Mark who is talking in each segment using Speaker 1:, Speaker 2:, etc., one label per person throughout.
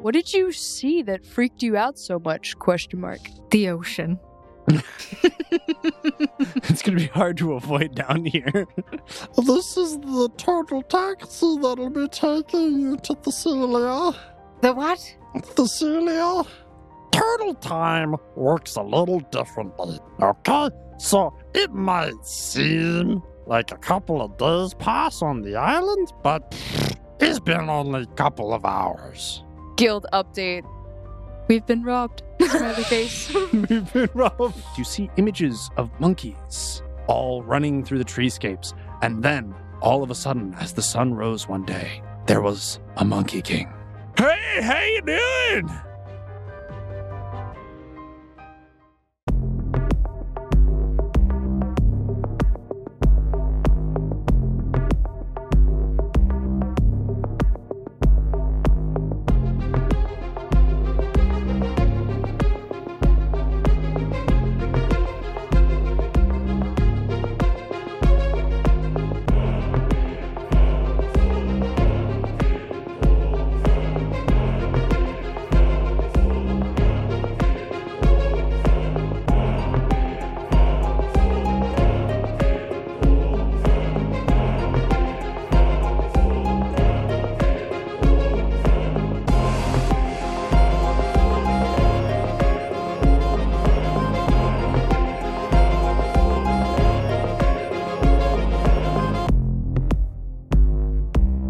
Speaker 1: What did you see that freaked you out so much? Question mark.
Speaker 2: The ocean.
Speaker 3: it's going to be hard to avoid down here.
Speaker 4: This is the turtle taxi that'll be taking you to Thessalia.
Speaker 2: The what?
Speaker 4: Thessalia? Turtle time works a little differently, okay? So it might seem like a couple of days pass on the island, but it's been only a couple of hours.
Speaker 1: Guild update. We've been robbed. Smiley face.
Speaker 3: We've been robbed. You see images of monkeys all running through the treescapes. And then, all of a sudden, as the sun rose one day, there was a monkey king. Hey, how you doing?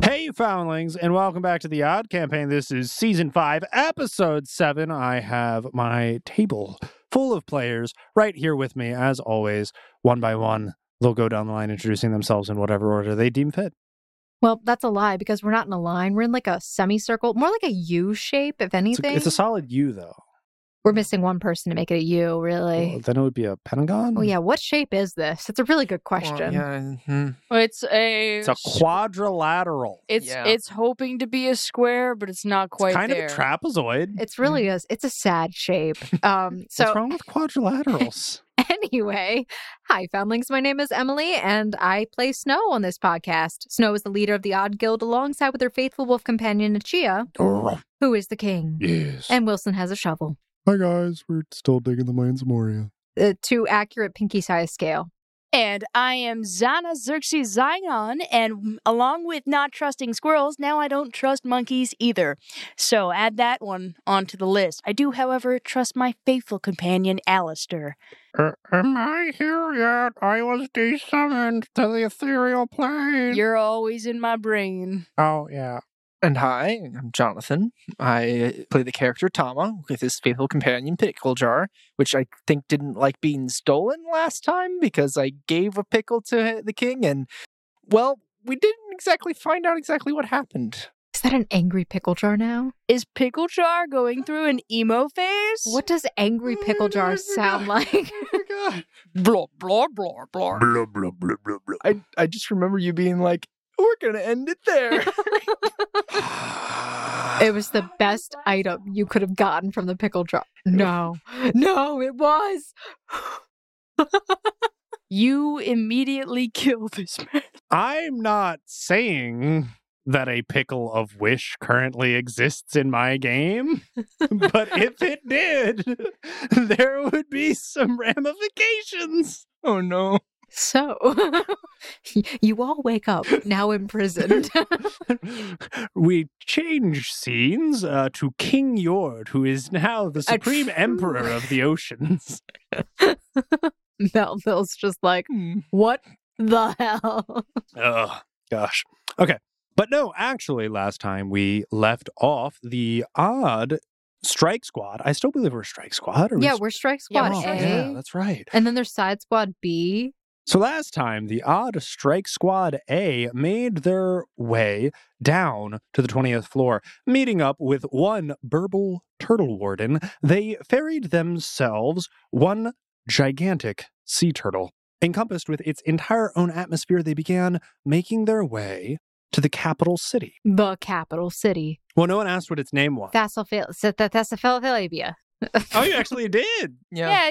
Speaker 3: Hey, Foundlings, and welcome back to the Odd Campaign. This is Season 5, Episode 7. I have my table full of players right here with me, as always, one by one. They'll go down the line introducing themselves in whatever order they deem fit.
Speaker 2: Well, that's a lie because we're not in a line. We're in like a semicircle, more like a U shape, if
Speaker 3: It's
Speaker 2: anything.
Speaker 3: a, it's a solid U, though.
Speaker 2: We're missing one person to make it a U, really.
Speaker 3: Well, mm. then it would be a pentagon?
Speaker 2: Oh, yeah. What shape is this? That's a really good question.
Speaker 1: It's a.
Speaker 3: Hmm. It's a quadrilateral.
Speaker 1: It's
Speaker 5: Yeah.
Speaker 1: it's hoping to be a square, but it's not quite
Speaker 3: it's kind
Speaker 1: there.
Speaker 3: of a trapezoid.
Speaker 2: It's really a, it's a sad shape. Um,
Speaker 3: What's
Speaker 2: so
Speaker 3: wrong with quadrilaterals?
Speaker 2: anyway, hi Foundlings. My name is Emily, and I play Snow on this podcast. Snow is the leader of the Odd Guild, alongside with her faithful wolf companion Chia,
Speaker 4: Oh,
Speaker 2: who is the king,
Speaker 4: yes.
Speaker 2: and Wilson has a shovel.
Speaker 4: Hi, guys. We're still digging the mines of Moria.
Speaker 2: Uh, to accurate pinky size scale.
Speaker 6: And I am Zana Xerxes Zion, and along with not trusting squirrels, now I don't trust monkeys either. So add that one onto the list. I do, however, trust my faithful companion, Alistair.
Speaker 4: Uh, am I here yet? I was desummoned to the ethereal plane.
Speaker 6: You're always in my brain.
Speaker 4: oh, yeah.
Speaker 5: And hi, I'm Jonathan. I play the character Tama with his faithful companion Pickle Jar, which I think didn't like being stolen last time because I gave a pickle to the king, and well, we didn't exactly find out exactly what happened.
Speaker 2: Is that an angry pickle jar now?
Speaker 6: Is Pickle Jar going through an emo phase?
Speaker 2: What does angry pickle
Speaker 5: Oh,
Speaker 2: jar sound like?
Speaker 5: Blah blah blah
Speaker 4: Blah,
Speaker 5: blah.
Speaker 4: blah, blah, blah, blah.
Speaker 5: I I just remember you being like, "We're gonna end it there."
Speaker 2: It was the best item you could have gotten from the pickle jar. No, no, it was.
Speaker 6: You immediately kill this man.
Speaker 3: I'm not saying that a pickle of wish currently exists in my game, but if it did, there would be some ramifications.
Speaker 5: oh no!
Speaker 2: So, you all wake up now imprisoned.
Speaker 3: we change scenes uh, to King Yord, who is now the supreme
Speaker 2: true-
Speaker 3: emperor of the oceans.
Speaker 2: Melville's just like,
Speaker 5: Hmm.
Speaker 2: what the hell?
Speaker 3: Oh, gosh. Okay. But no, actually, last time we left off the odd strike squad. I still believe we're a strike squad. Or we
Speaker 2: Yeah, we're Strike Squad
Speaker 5: we're
Speaker 2: A.
Speaker 5: Strike
Speaker 3: Oh,
Speaker 6: eh?
Speaker 3: yeah, that's right.
Speaker 2: And then there's Side Squad B.
Speaker 3: So last time, the odd strike squad A made their way down to the 20th floor. Meeting up with one burble turtle warden, they ferried themselves one gigantic sea turtle. Encompassed with its entire own atmosphere, they began making their way to the capital city.
Speaker 2: The capital city.
Speaker 3: Well, no one asked what its name was.
Speaker 2: Thessaphilabia.
Speaker 3: oh, you actually did.
Speaker 5: Yeah.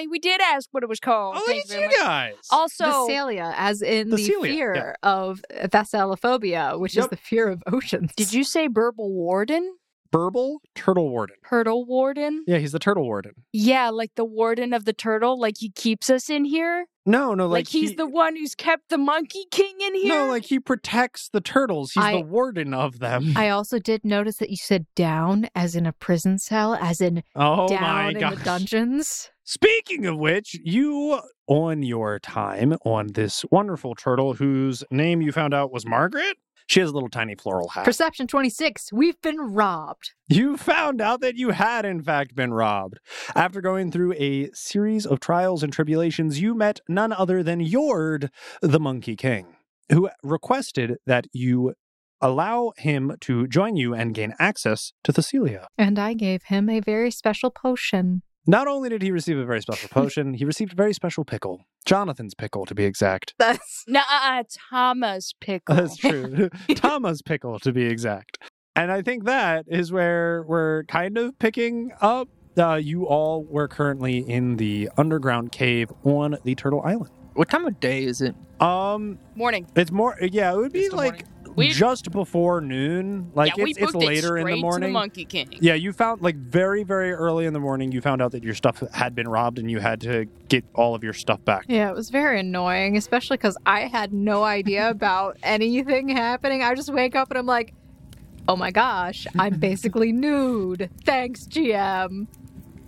Speaker 6: Yeah. we did ask what it was called.
Speaker 3: Oh,
Speaker 6: Thank
Speaker 3: look at
Speaker 6: very
Speaker 3: you
Speaker 6: much.
Speaker 3: guys.
Speaker 6: Also,
Speaker 2: Thessalia, as in the
Speaker 3: Thessalia,
Speaker 2: fear
Speaker 3: yeah.
Speaker 2: of Thessalophobia, which is
Speaker 3: Yep.
Speaker 2: the fear of oceans.
Speaker 6: did you say Burble Warden?
Speaker 3: Burble Turtle Warden.
Speaker 7: Turtle warden?
Speaker 3: Yeah, he's the Turtle Warden.
Speaker 7: Yeah, like the warden of the turtle. Like he keeps us in here.
Speaker 3: No, no,
Speaker 7: Like,
Speaker 3: like,
Speaker 7: he's
Speaker 3: he-
Speaker 7: the one who's kept the monkey king in here.
Speaker 3: No, like he protects the turtles. He's
Speaker 2: I-
Speaker 3: the warden of them.
Speaker 2: I also did notice that you said down as in a prison cell, as in
Speaker 3: oh my
Speaker 2: down in
Speaker 3: gosh.
Speaker 2: the dungeons.
Speaker 3: Speaking of which, you on your time on this wonderful turtle whose name you found out was Margaret. She has a little tiny floral hat.
Speaker 2: Perception 26. We've been robbed.
Speaker 3: You found out that you had, in fact, been robbed. After going through a series of trials and tribulations, you met none other than Yord, the Monkey King, who requested that you allow him to join you and gain access to Thessalia.
Speaker 2: And I gave him a very special potion.
Speaker 3: Not only did he receive a very special potion, he received a very special pickle. Jonathan's pickle, to be exact.
Speaker 2: That's
Speaker 7: Nuh-uh, Thomas Pickle.
Speaker 3: That's true. Tama's pickle, to be exact. And I think that is where we're kind of picking up. Uh, you all were currently in the underground cave on the Turtle Island.
Speaker 5: What time of day is it?
Speaker 3: Um,
Speaker 6: Morning.
Speaker 3: it's more. Yeah, it would be
Speaker 5: It's the
Speaker 3: like
Speaker 6: We-
Speaker 3: just before noon. Like
Speaker 6: yeah, we
Speaker 3: it's, it's
Speaker 6: booked it
Speaker 3: later in
Speaker 6: straight
Speaker 3: the
Speaker 6: to
Speaker 3: morning.
Speaker 6: Monkey King.
Speaker 3: yeah, you found like very very early in the morning. You found out that your stuff had been robbed, and you had to get all of your stuff back.
Speaker 2: Yeah, it was very annoying, especially because I had no idea about anything happening. I just wake up and I'm like, oh my gosh, I'm basically nude. Thanks, GM.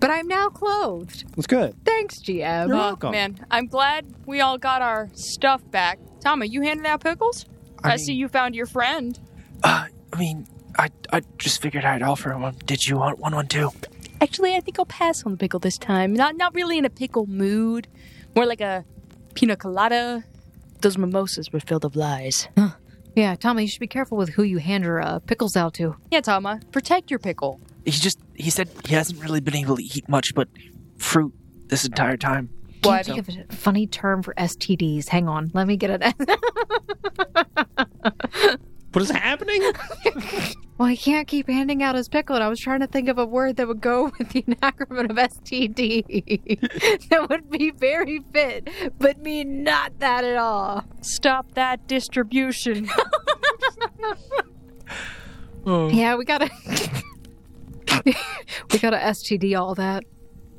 Speaker 2: But I'm now clothed.
Speaker 3: That's good.
Speaker 2: Thanks, GM.
Speaker 3: You're
Speaker 6: Oh,
Speaker 3: welcome.
Speaker 6: man, I'm glad we all got our stuff back. Tama, you handed out pickles? I,
Speaker 5: I
Speaker 6: see
Speaker 5: mean-
Speaker 6: you found your friend.
Speaker 5: Uh, I mean, I I just figured I'd offer one. Did you want one one too?
Speaker 6: Actually, I think I'll pass on the pickle this time. Not not really in a pickle mood. More like a pina colada. Those mimosas were filled of lies.
Speaker 2: Yeah, Tommy, you should be careful with who you hand your uh, pickles out to.
Speaker 6: Yeah, Tama, protect your pickle.
Speaker 5: He just he said he hasn't really been able to eat much but fruit this entire time.
Speaker 2: Can't think of a funny term for STDs. Hang on, let me get it.
Speaker 3: What is happening?
Speaker 2: well, he can't keep handing out his pickle, and I was trying to think of a word that would go with the anacronym of STD. that would be very fit, but mean not that at all.
Speaker 6: Stop that distribution.
Speaker 3: Oh.
Speaker 2: Yeah, we gotta, we gotta STD all that.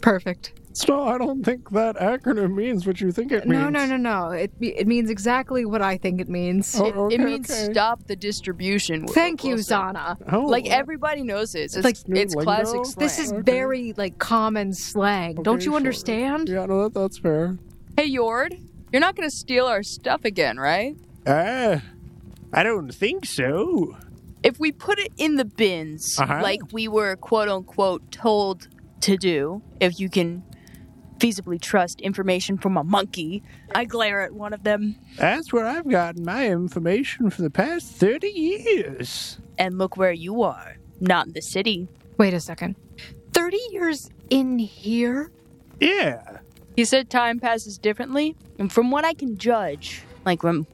Speaker 2: Perfect.
Speaker 3: So I don't think that acronym means what you think it
Speaker 2: No, no, no, no. It it means exactly what I think it means.
Speaker 3: Oh,
Speaker 6: it, it means stop the distribution. Wil-
Speaker 2: Thank you,
Speaker 6: Wilson.
Speaker 2: Zana.
Speaker 3: Oh,
Speaker 6: Like everybody knows this. It's,
Speaker 2: Like-
Speaker 6: it's classic slang.
Speaker 2: This is very like common slang. Don't
Speaker 3: Okay,
Speaker 2: you
Speaker 3: sure.
Speaker 2: understand?
Speaker 3: yeah, no, that, that's fair.
Speaker 6: Hey Yord, you're not gonna steal our stuff again, right?
Speaker 3: Uh, I don't think so.
Speaker 6: If we put it in the bins,
Speaker 3: Uh-huh.
Speaker 6: like we were quote unquote told to do, if you can feasibly trust information from a monkey, I glare at one of them
Speaker 3: That's where I've gotten my information for the past 30 years.
Speaker 6: and look where you are. Not in the city.
Speaker 2: Wait a second. 30 years in here?
Speaker 3: Yeah.
Speaker 6: He said time passes differently, and from what I can judge, like when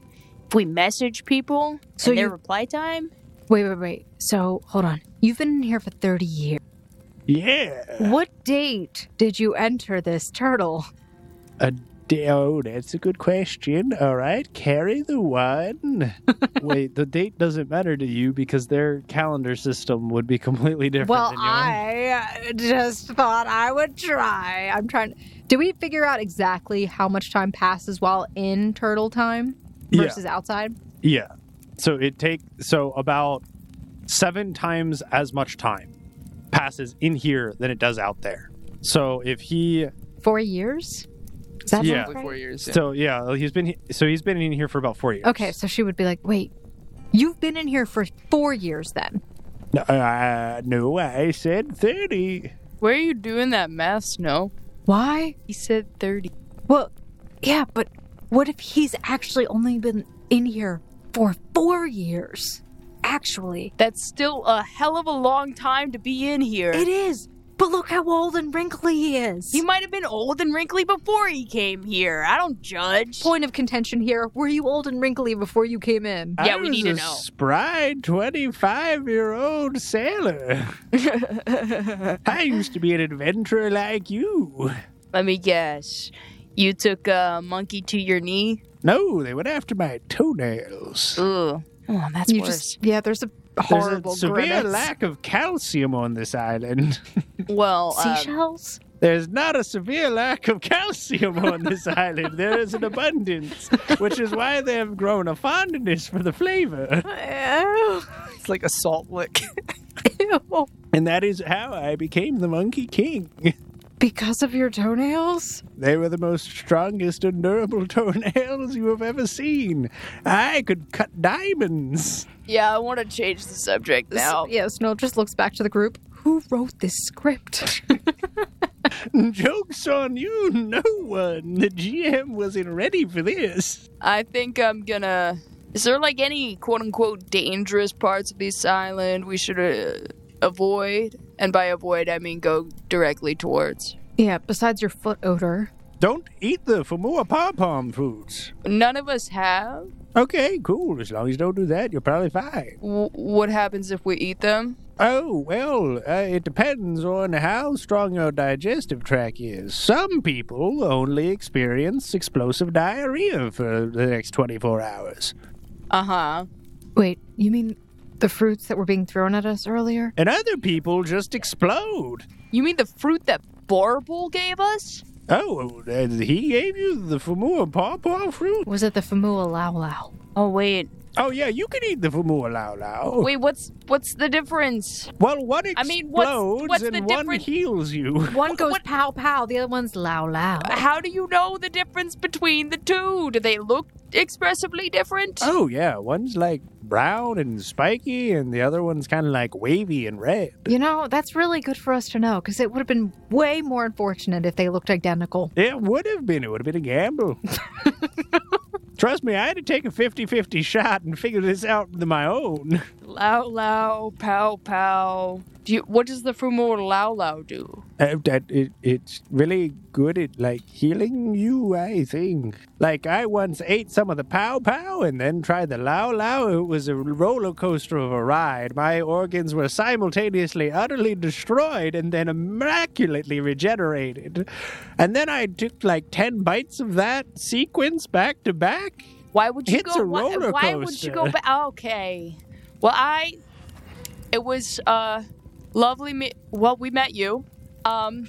Speaker 6: if we message people
Speaker 2: So
Speaker 6: and their
Speaker 2: you-
Speaker 6: reply time,
Speaker 2: Wait, wait, wait. So, hold on. You've been in here for 30 years.
Speaker 3: Yeah.
Speaker 2: What date did you enter this turtle?
Speaker 3: D- oh, that's a good question. All right, carry the one. Wait, the date doesn't matter to you because their calendar system would be completely different
Speaker 2: well,
Speaker 3: than yours.
Speaker 2: I uh, just thought I would try. I'm trying. Do we figure out exactly how much time passes while in turtle time
Speaker 3: Yeah.
Speaker 2: versus outside?
Speaker 3: Yeah. So it take so about seven times as much time passes in here than it does out there. So if he
Speaker 2: Four years? Is that
Speaker 3: Yeah.
Speaker 2: sound
Speaker 5: Like
Speaker 2: right?
Speaker 5: four years. yeah.
Speaker 3: so yeah he's been he- so he's been in here for about four years.
Speaker 2: Okay, so she would be like, wait, you've been in here for four years then.
Speaker 3: No, uh, no I said thirty.
Speaker 6: where are you doing that math, Snow?
Speaker 2: Why?
Speaker 6: He said thirty.
Speaker 2: Well, yeah, but what if he's actually only been in here for four years? Actually,
Speaker 6: That's still a hell of a long time to be in here.
Speaker 2: it is. But look how old and wrinkly he is.
Speaker 6: He might have been old and wrinkly before he came here. I don't judge.
Speaker 2: Point of contention here: Were you old and wrinkly before you came in?
Speaker 6: Yeah,
Speaker 3: I
Speaker 6: we
Speaker 3: was
Speaker 6: need
Speaker 3: a
Speaker 6: to know.
Speaker 3: Spry twenty-five-year-old sailor. I used to be an adventurer like you.
Speaker 6: Let me guess. You took a monkey to your knee?
Speaker 3: No, they went after my toenails.
Speaker 6: Ugh. Oh, that's
Speaker 2: you
Speaker 6: worse.
Speaker 2: just yeah. There's a
Speaker 8: There's
Speaker 2: horrible
Speaker 8: a severe
Speaker 2: grimace.
Speaker 8: lack of calcium on this island.
Speaker 6: Well, uh,
Speaker 9: Seashells?
Speaker 8: There's not a severe lack of calcium on this island. There is an abundance, which is why they have grown a fondness for the flavor.
Speaker 2: Ew.
Speaker 5: It's like a salt lick.
Speaker 2: Ew.
Speaker 8: And that is how I became the Monkey King.
Speaker 2: Because of your toenails?
Speaker 8: They were the most strongest and durable toenails you have ever seen. I could cut diamonds.
Speaker 6: yeah, I want to change the subject now.
Speaker 2: S- Yeah, Snow just looks back to the group. Who wrote this script?
Speaker 8: Joke's on you, no one. The GM wasn't ready for this.
Speaker 6: I think I'm gonna. Is there like any quote unquote dangerous parts of this island we should uh, avoid? And by avoid, I mean go directly towards.
Speaker 2: yeah, besides your foot odor.
Speaker 8: Don't eat the Famua pom pom fruits.
Speaker 6: None of us have.
Speaker 8: Okay, cool. As long as you don't do that, you're probably fine.
Speaker 6: W- what happens if we eat them?
Speaker 8: Oh, well, uh, it depends on how strong your digestive tract is. Some people only experience explosive diarrhea for the next 24 hours.
Speaker 6: Uh huh.
Speaker 2: Wait, you mean the fruits that were being thrown at us earlier?
Speaker 8: And other people just explode.
Speaker 6: You mean the fruit that Barble gave us?
Speaker 8: Oh, uh, he gave you the Fumua pawpaw fruit?
Speaker 2: Was it the Famua Lao Lao?
Speaker 9: Oh, wait.
Speaker 8: Oh, yeah, you can eat the Fumua lao lao.
Speaker 6: Wait, what's what's the difference?
Speaker 8: Well, one
Speaker 6: I
Speaker 8: explodes
Speaker 6: mean, what's- what's the
Speaker 8: and one
Speaker 6: difference?
Speaker 8: heals you.
Speaker 2: One goes pow pow, the other one's Lao Lao.
Speaker 6: How do you know the difference between the two? Do they look expressively different?
Speaker 8: Oh, yeah, one's like brown and spiky, and the other one's kind of like wavy and red.
Speaker 2: You know, that's really good for us to know because it would have been way more unfortunate if they looked identical.
Speaker 8: It would have been. It would have been a gamble. Trust me, I had to take a 50 50 shot and figure this out on my own.
Speaker 6: Lao Lao, Pow Pow. Do you, what does the Fumor Lao Lao do?
Speaker 8: Uh, that it, it's really good at like healing you, I think. Like, I once ate some of the pow pow and then tried the lao lao. It was a roller coaster of a ride. My organs were simultaneously utterly destroyed and then immaculately regenerated. And then I took like 10 bites of that sequence back to back.
Speaker 6: Why would you
Speaker 8: It's
Speaker 6: go?
Speaker 8: a
Speaker 6: why,
Speaker 8: roller
Speaker 6: why would you go
Speaker 8: coaster.
Speaker 6: back? Okay. Well, I. It was uh, lovely. Me- well, we met you. Um,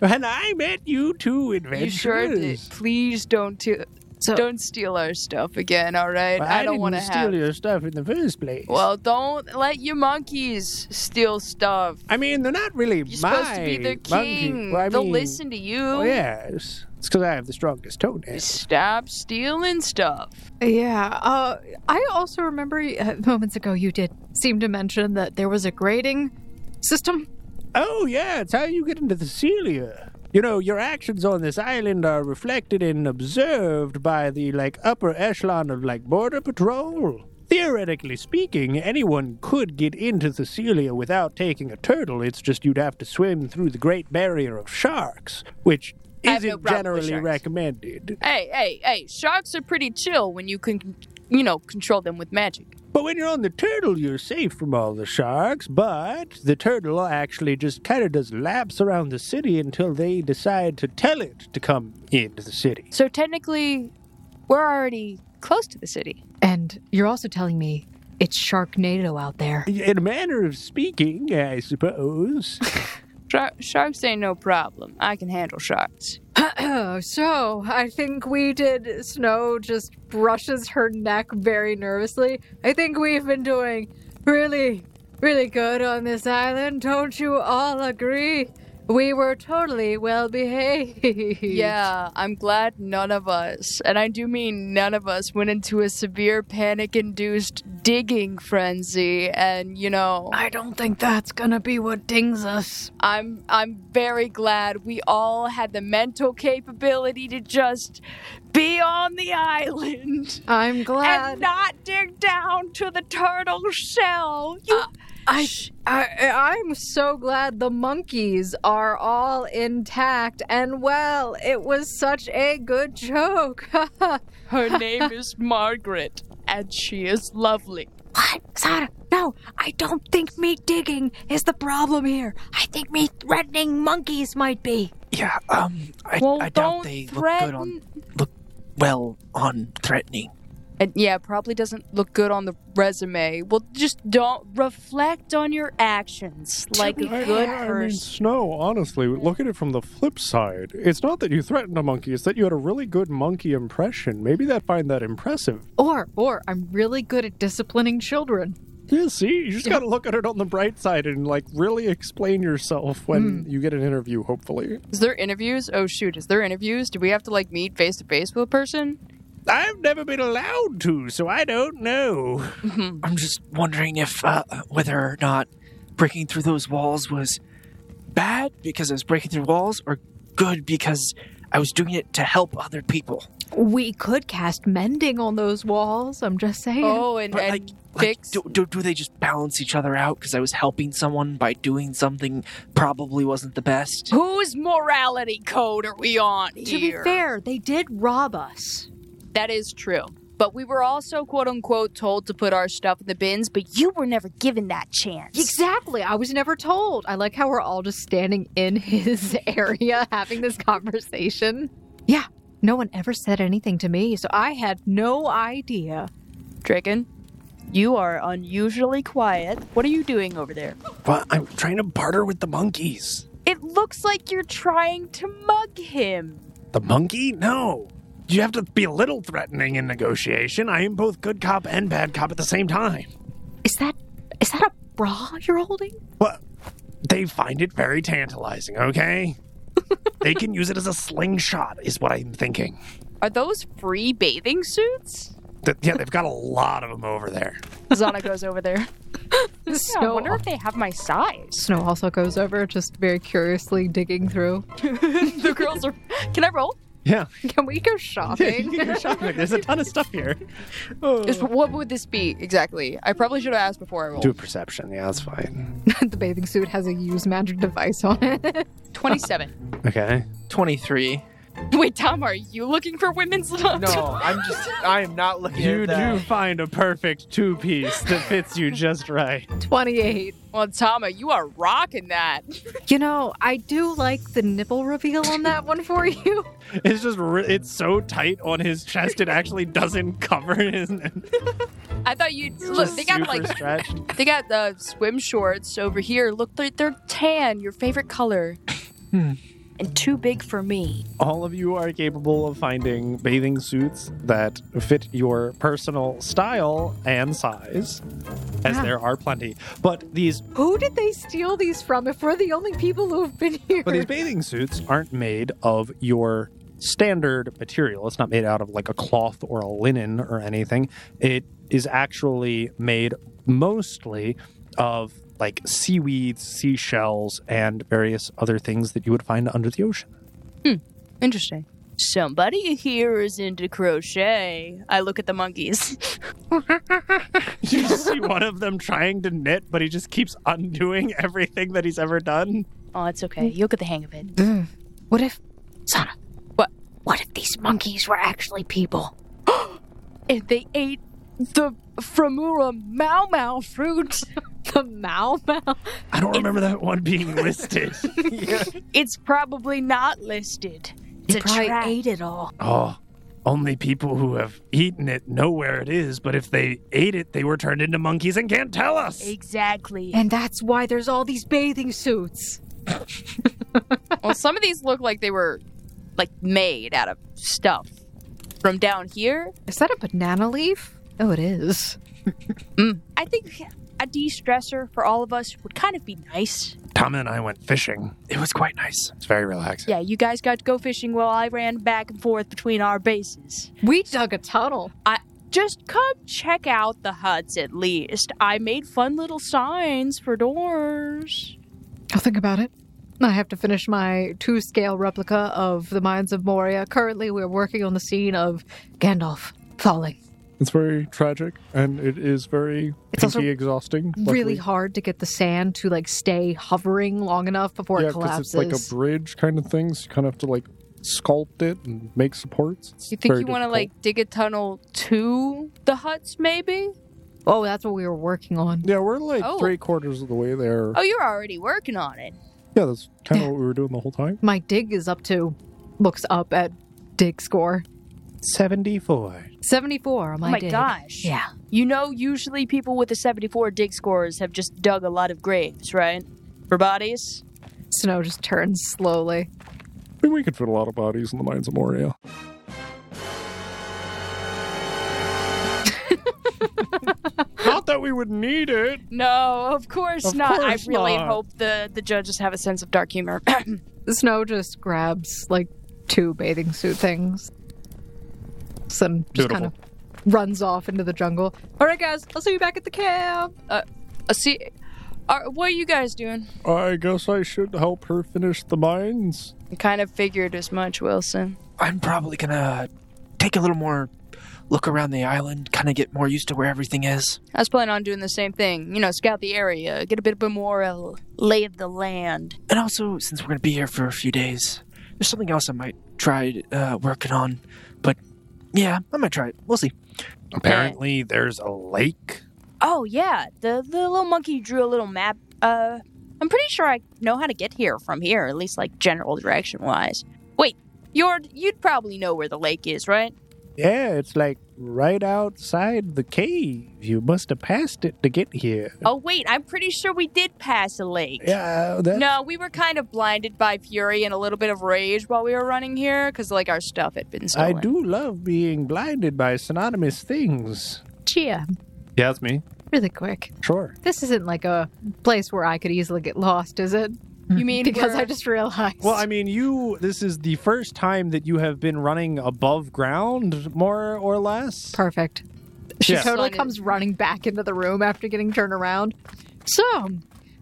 Speaker 8: And I met you too, adventurers.
Speaker 6: you sure did. Please don't t-
Speaker 2: So,
Speaker 6: don't steal our stuff again. All right.
Speaker 8: But
Speaker 6: I,
Speaker 8: I,
Speaker 6: don't
Speaker 8: didn't
Speaker 6: want to
Speaker 8: steal
Speaker 6: have.
Speaker 8: your stuff in the first place.
Speaker 6: Well, don't let your monkeys steal stuff.
Speaker 8: I mean, they're not really
Speaker 6: You're
Speaker 8: my
Speaker 6: supposed to be their
Speaker 8: monkey.
Speaker 6: king.
Speaker 8: Well, I
Speaker 6: They'll
Speaker 8: mean,
Speaker 6: listen to you.
Speaker 8: Oh, yes, it's because I have the strongest toenails.
Speaker 6: Stop stealing stuff.
Speaker 2: yeah, uh, I also remember uh, moments ago you did seem to mention that there was a grading system.
Speaker 8: Oh yeah, it's how you get into the cilia. You know, your actions on this island are reflected and observed by the like upper echelon of like border patrol. Theoretically speaking, anyone could get into Cecilia without taking a turtle. It's just you'd have to swim through the Great Barrier of Sharks, which
Speaker 6: I have no
Speaker 8: isn't
Speaker 6: problem with
Speaker 8: generally
Speaker 6: sharks.
Speaker 8: recommended.
Speaker 6: Hey, hey, hey, sharks are pretty chill when you can, you know, control them with magic.
Speaker 8: But when you're on the turtle, you're safe from all the sharks. But the turtle actually just kind of does laps around the city until they decide to tell it to come into the city.
Speaker 6: So technically, we're already close to the city.
Speaker 2: And you're also telling me it's Sharknado out there.
Speaker 8: In a manner of speaking, I suppose.
Speaker 6: Shar sharks ain't no problem. I can handle sharks.
Speaker 2: so I think we did. Snow just brushes her neck very nervously. I think we've been doing really, really good on this island. Don't you all agree? We were totally well behaved.
Speaker 6: Yeah, I'm glad none of us, and I do mean none of us, went into a severe panic induced digging frenzy. And, you know,
Speaker 2: I don't think that's gonna be what dings us.
Speaker 6: I'm I'm very glad we all had the mental capability to just be on the island
Speaker 2: I'm
Speaker 6: and
Speaker 2: glad.
Speaker 6: not dig down to the turtle shell. You,
Speaker 2: I, I, I'm so glad the monkeys are all intact and well. It was such a good joke.
Speaker 6: her name is Margaret, and she is lovely.
Speaker 10: What? Sada, no, I don't think me digging is the problem here. I think me threatening monkeys might be.
Speaker 5: yeah, um, I,
Speaker 6: Well,
Speaker 5: I
Speaker 6: don't
Speaker 5: doubt they look good
Speaker 6: threaten.
Speaker 5: on, well on threatening.
Speaker 6: And yeah, it probably doesn't look good on the resume. Well, just don't reflect on your actions like a
Speaker 8: I-
Speaker 6: good
Speaker 8: I mean,
Speaker 6: person.
Speaker 8: Snow, honestly, look at it from the flip side. It's not that you threatened a monkey, it's that you had a really good monkey impression. Maybe they'd find that impressive.
Speaker 2: Or, or I'm really good at disciplining children.
Speaker 8: Yeah, see, you just got to look at it on the bright side and, like, really explain yourself when you get an interview, hopefully.
Speaker 6: Is there interviews? Oh shoot, is there interviews? Do we have to like meet face to face with a person?
Speaker 8: I've never been allowed to, so I don't know.
Speaker 5: I'm just wondering if uh, whether or not breaking through those walls was bad because I was breaking through walls, or good because I was doing it to help other people.
Speaker 2: We could cast mending on those walls. I'm just saying.
Speaker 6: Oh, and,
Speaker 5: But
Speaker 6: and
Speaker 5: like, like
Speaker 6: fix.
Speaker 5: do, do, do they just balance each other out? Because I was helping someone by doing something probably wasn't the best.
Speaker 6: Whose morality code are we on here?
Speaker 11: To be fair, they did rob us.
Speaker 6: That is true. But we were also, quote unquote, told to put our stuff in the bins, but you were never given that chance.
Speaker 2: Exactly. I was never told. I like how we're all just standing in his area having this conversation. Yeah, no one ever said anything to me, so I had no idea.
Speaker 6: Draken, you are unusually quiet. What are you doing over there?
Speaker 3: But I'm trying to barter with the monkeys.
Speaker 6: It looks like you're trying to mug him.
Speaker 3: The monkey? No. You have to be a little threatening in negotiation. I am both good cop and bad cop at the same time.
Speaker 11: Is that is that a bra you're holding?
Speaker 3: But they find it very tantalizing, okay? they can use it as a slingshot, is what I'm thinking.
Speaker 6: Are those free bathing suits?
Speaker 3: Th- yeah, they've got a lot of them over there.
Speaker 12: Zana goes over there.
Speaker 2: Snow,
Speaker 12: I wonder if they have my size.
Speaker 2: Snow also goes over, just very curiously digging through.
Speaker 12: the girls are. Can I roll?
Speaker 8: Yeah.
Speaker 2: Can we go shopping?
Speaker 8: There's a ton of stuff here.
Speaker 6: Is- What would this be exactly? I probably should have asked before I rolled.
Speaker 8: Do a perception. Yeah, that's fine.
Speaker 2: the bathing suit has a use magic device on it.
Speaker 6: 27.
Speaker 8: Okay.
Speaker 5: 23.
Speaker 12: Wait, Tom, are you looking for women's love?
Speaker 5: I'm just, I am not looking
Speaker 8: You do find a perfect two piece that fits you just right.
Speaker 2: 28.
Speaker 6: Well, Tama, you are rocking that.
Speaker 2: You know, I do like the nipple reveal on that one for you.
Speaker 8: It's just, re- it's so tight on his chest, it actually doesn't cover his.
Speaker 6: I thought you look. They got like
Speaker 8: stretched.
Speaker 6: they got the swim shorts over here. Look, they're, they're tan, your favorite color,
Speaker 12: And too big for me.
Speaker 8: All of you are capable of finding bathing suits that fit your personal style and size, as there are plenty. But these
Speaker 2: Who did they steal these from if we're the only people who've been here?
Speaker 8: But these bathing suits aren't made of your standard material. It's not made out of like a cloth or a linen or anything. It is actually made mostly of like seaweeds, seashells, and various other things that you would find under the ocean.
Speaker 6: Interesting.
Speaker 12: Somebody here is into crochet. I look at the monkeys.
Speaker 8: You see one of them trying to knit, but he just keeps undoing everything that he's ever done.
Speaker 12: Oh, it's okay. You'll get the hang of it.
Speaker 2: what if
Speaker 11: Sana.
Speaker 6: What?
Speaker 11: What if these monkeys were actually people?
Speaker 6: And they ate the Framura Mau Mau fruit.
Speaker 2: the Mau Mau?
Speaker 3: I don't remember that one being listed.
Speaker 12: It's probably not listed. It's a
Speaker 11: Probably
Speaker 12: trap.
Speaker 11: ate it all.
Speaker 3: oh, only people who have eaten it know where it is, but if they ate it, they were turned into monkeys and can't tell us.
Speaker 12: Exactly.
Speaker 11: And that's why there's all these bathing suits.
Speaker 6: well, some of these look like they were like made out of stuff from down here.
Speaker 2: Is that a banana leaf? Oh, it is.
Speaker 12: I think a de-stressor for all of us would kind of be nice.
Speaker 3: Tom and I went fishing.
Speaker 5: It was quite nice.
Speaker 3: It's very relaxing.
Speaker 12: Yeah, you guys got to go fishing while I ran back and forth between our bases.
Speaker 2: We dug a tunnel.
Speaker 12: Just come check out the huts at least. I made fun little signs for doors.
Speaker 2: I'll think about it. I have to finish my two scale replica of the Mines of Moria. Currently, we're working on the scene of Gandalf falling.
Speaker 8: It's very tragic and it is very
Speaker 2: It's also pinky
Speaker 8: exhausting.
Speaker 2: Really hard to get the sand to like stay hovering long enough before it collapses.
Speaker 8: it's like a bridge kind of thing, so you kind of have to like sculpt it and make supports. It's
Speaker 6: You think
Speaker 8: very
Speaker 6: you want to
Speaker 8: difficult.
Speaker 6: like dig a tunnel to the huts, maybe?
Speaker 2: oh, that's what we were working on.
Speaker 8: Yeah, we're like
Speaker 6: Oh.
Speaker 8: three quarters of the way there.
Speaker 6: Oh, you're already working on it.
Speaker 8: Yeah, that's kind of what we were doing the whole time.
Speaker 2: My dig is up to looks up at dig score.
Speaker 8: 74.
Speaker 2: 74 on
Speaker 6: Oh
Speaker 2: my,
Speaker 6: my
Speaker 2: dig.
Speaker 6: gosh.
Speaker 2: Yeah.
Speaker 6: You know, usually people with the 74 dig scores have just dug a lot of graves, right? For bodies?
Speaker 2: Snow just turns slowly.
Speaker 13: I mean, we could fit a lot of bodies in the mines of Moria.
Speaker 14: Not that we would need it.
Speaker 6: No, of course not.
Speaker 14: course
Speaker 6: I really
Speaker 14: not.
Speaker 6: hope the, the judges have a sense of dark humor. Uh,
Speaker 2: Snow just grabs like two bathing suit things. Some just kind of runs off into the jungle. All right, guys, I'll see you back at the camp.
Speaker 15: Uh, see, are, what are you guys doing?
Speaker 13: I guess I should help her finish the mines.
Speaker 6: kind of figured as much, Wilson.
Speaker 5: I'm probably gonna take a little more look around the island, kind of get more used to where everything is.
Speaker 6: I was planning on doing the same thing. You know, scout the area, get a bit of a more uh, lay of the land.
Speaker 5: And also, since we're gonna be here for a few days, there's something else I might try uh, working on. But yeah, I might try it. We'll see.
Speaker 8: Apparently, there's a lake.
Speaker 6: Oh yeah, the the little monkey drew a little map. Uh, I'm pretty sure I know how to get here from here, at least like general direction wise. Wait, you're you'd probably know where the lake is, right?
Speaker 8: Yeah, it's like right outside the cave. You must have passed it to get here.
Speaker 6: Oh wait, I'm pretty sure we did pass a lake.
Speaker 8: Yeah, that,
Speaker 6: No, we were kind of blinded by fury and a little bit of rage while we were running here because like our stuff had been
Speaker 8: I
Speaker 6: stolen.
Speaker 8: do love being blinded by synonymous things.
Speaker 2: Chia,
Speaker 8: Yeah, that's me.
Speaker 2: really quick.
Speaker 8: Sure.
Speaker 2: This isn't like a place where I could easily get lost, is it?
Speaker 6: You mean
Speaker 2: Because
Speaker 6: we're-
Speaker 2: I just realized.
Speaker 8: Well, I mean, you. This is the first time that you have been running above ground, more or less.
Speaker 2: Perfect. She
Speaker 8: Yeah.
Speaker 2: totally
Speaker 6: Son is-
Speaker 2: comes running back into the room after getting turned around. So,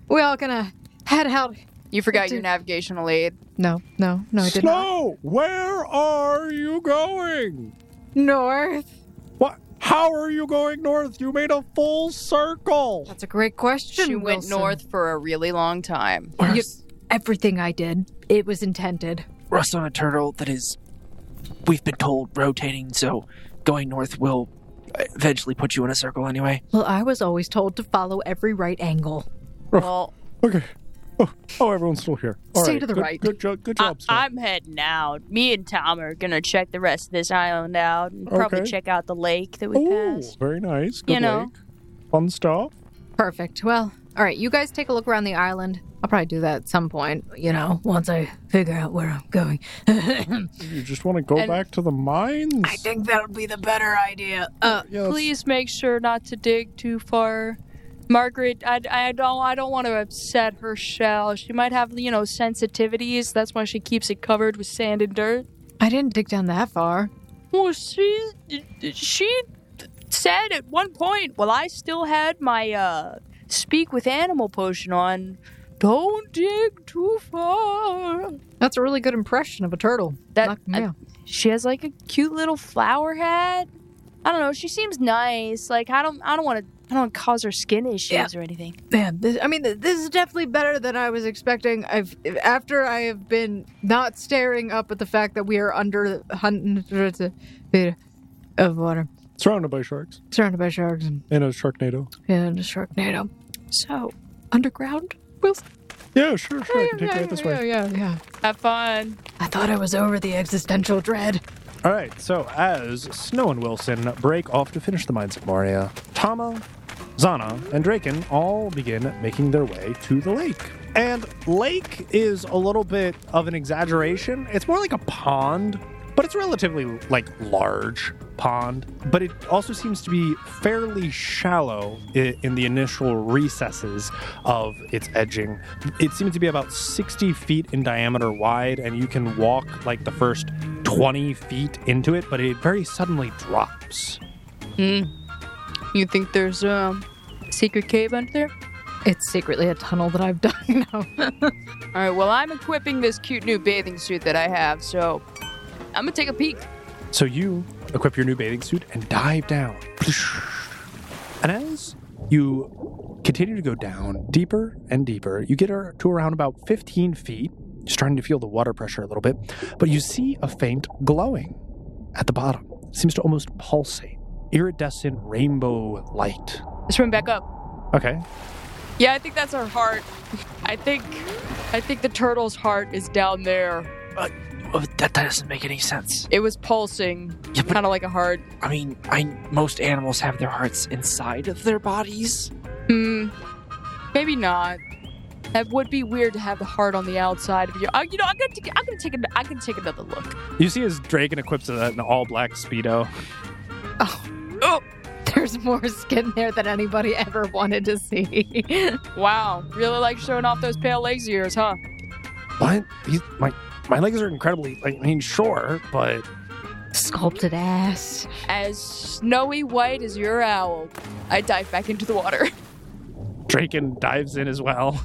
Speaker 2: we all gonna head out.
Speaker 6: you forgot your navigational aid.
Speaker 2: No, no, no, I did not.
Speaker 13: Snow, where are you going?
Speaker 2: North.
Speaker 13: What? How are you going north? You made a full circle.
Speaker 2: That's a great question.
Speaker 6: She went
Speaker 2: Wilson.
Speaker 6: north for a really long time.
Speaker 5: We're,
Speaker 2: You- everything I did, it was intended.
Speaker 5: we're also on a turtle that is, we've been told, rotating. So going north will eventually put you in a circle anyway.
Speaker 2: Well, I was always told to follow every right angle.
Speaker 6: Well,
Speaker 13: Okay. Oh, oh, everyone's still here. All
Speaker 2: Stay to the
Speaker 13: good,
Speaker 2: right.
Speaker 13: Good, jo- good
Speaker 6: I,
Speaker 13: job, Snow.
Speaker 6: I'm heading out. Me and Tom are gonna check the rest of this island out and probably
Speaker 13: Okay.
Speaker 6: check out the lake that we
Speaker 13: Ooh,
Speaker 6: passed.
Speaker 13: very nice. Good
Speaker 6: You know.
Speaker 13: lake. Fun stuff.
Speaker 2: Perfect. Well, all right, you guys take a look around the island. I'll probably do that at some point, you know, once I figure out where I'm going.
Speaker 13: You just want to go
Speaker 15: And-
Speaker 13: back to the mines?
Speaker 16: I think that would be the better idea. Uh,
Speaker 13: yeah, that's-
Speaker 15: Please make sure not to dig too far. Margaret, I, I don't I don't want to upset her shell. She might have you know sensitivities. That's why she keeps it covered with sand and dirt.
Speaker 2: I didn't dig down that far.
Speaker 15: Well, she
Speaker 6: She said at one point, "Well, I still had my uh, speak with animal potion on. Don't dig too far."
Speaker 2: That's a really good impression of a turtle.
Speaker 6: That-
Speaker 2: Knock-
Speaker 6: I-
Speaker 2: yeah.
Speaker 6: She has like a cute little flower hat. I don't know. She seems nice. Like I don't I don't want to I don't wanna cause her skin issues or anything.
Speaker 2: Man, this, I mean, th- this is definitely better than I was expecting. I've after I have been not staring up at the fact that we are under hundreds of feet of water,
Speaker 13: Surrounded by sharks
Speaker 2: surrounded by sharks and,
Speaker 13: in a sharknado.
Speaker 2: and a sharknado. So underground, Wilson.
Speaker 13: Yeah, sure, sure. I can take you right this way.
Speaker 2: yeah, yeah, yeah.
Speaker 15: have fun.
Speaker 16: I thought I was over the existential dread.
Speaker 8: All right. So as Snow and Wilson break off to finish the mines of Moria, Tama, Zana, and Draken all begin making their way to the lake. And lake is a little bit of an exaggeration. It's more like a pond, but it's relatively like large pond. But it also seems to be fairly shallow i- in the initial recesses of its edging. It seems to be about 60 feet in diameter wide, and you can walk like the first 20 feet into it, but it very suddenly drops.
Speaker 15: You think there's um a secret cave under there?
Speaker 2: It's secretly a tunnel that I've dug. No.
Speaker 6: All right. Well, I'm equipping this cute new bathing suit that I have, so I'm gonna take a peek.
Speaker 8: So you equip your new bathing suit and dive down. And as you continue to go down deeper and deeper, you get ar- to around about 15 feet, just trying to feel the water pressure a little bit, but you see a faint glowing at the bottom. seems to almost pulsate, iridescent rainbow light.
Speaker 15: Swim back up.
Speaker 8: Okay.
Speaker 15: Yeah, I think that's her heart. I think I think the turtle's heart is down there.
Speaker 5: Oh, that, that doesn't make any sense.
Speaker 6: It was pulsing,
Speaker 5: Yeah, but
Speaker 6: kind of like a heart.
Speaker 5: I mean, I most animals have their hearts inside of their bodies.
Speaker 6: Hmm. Maybe not. That would be weird to have the heart on the outside of your. I, you know, I'm gonna take. I'm gonna take. An, I can take another look.
Speaker 8: You see his dragon equips with an all black speedo.
Speaker 6: Oh,
Speaker 2: There's more skin there than anybody ever wanted to see.
Speaker 6: Wow, really like showing off those pale legs of yours, huh?
Speaker 8: What? He's, my my legs are incredibly. I mean, sure, but
Speaker 11: Sculpted ass.
Speaker 6: As snowy white as your owl. I dive back into the water.
Speaker 8: Draken dives in as well.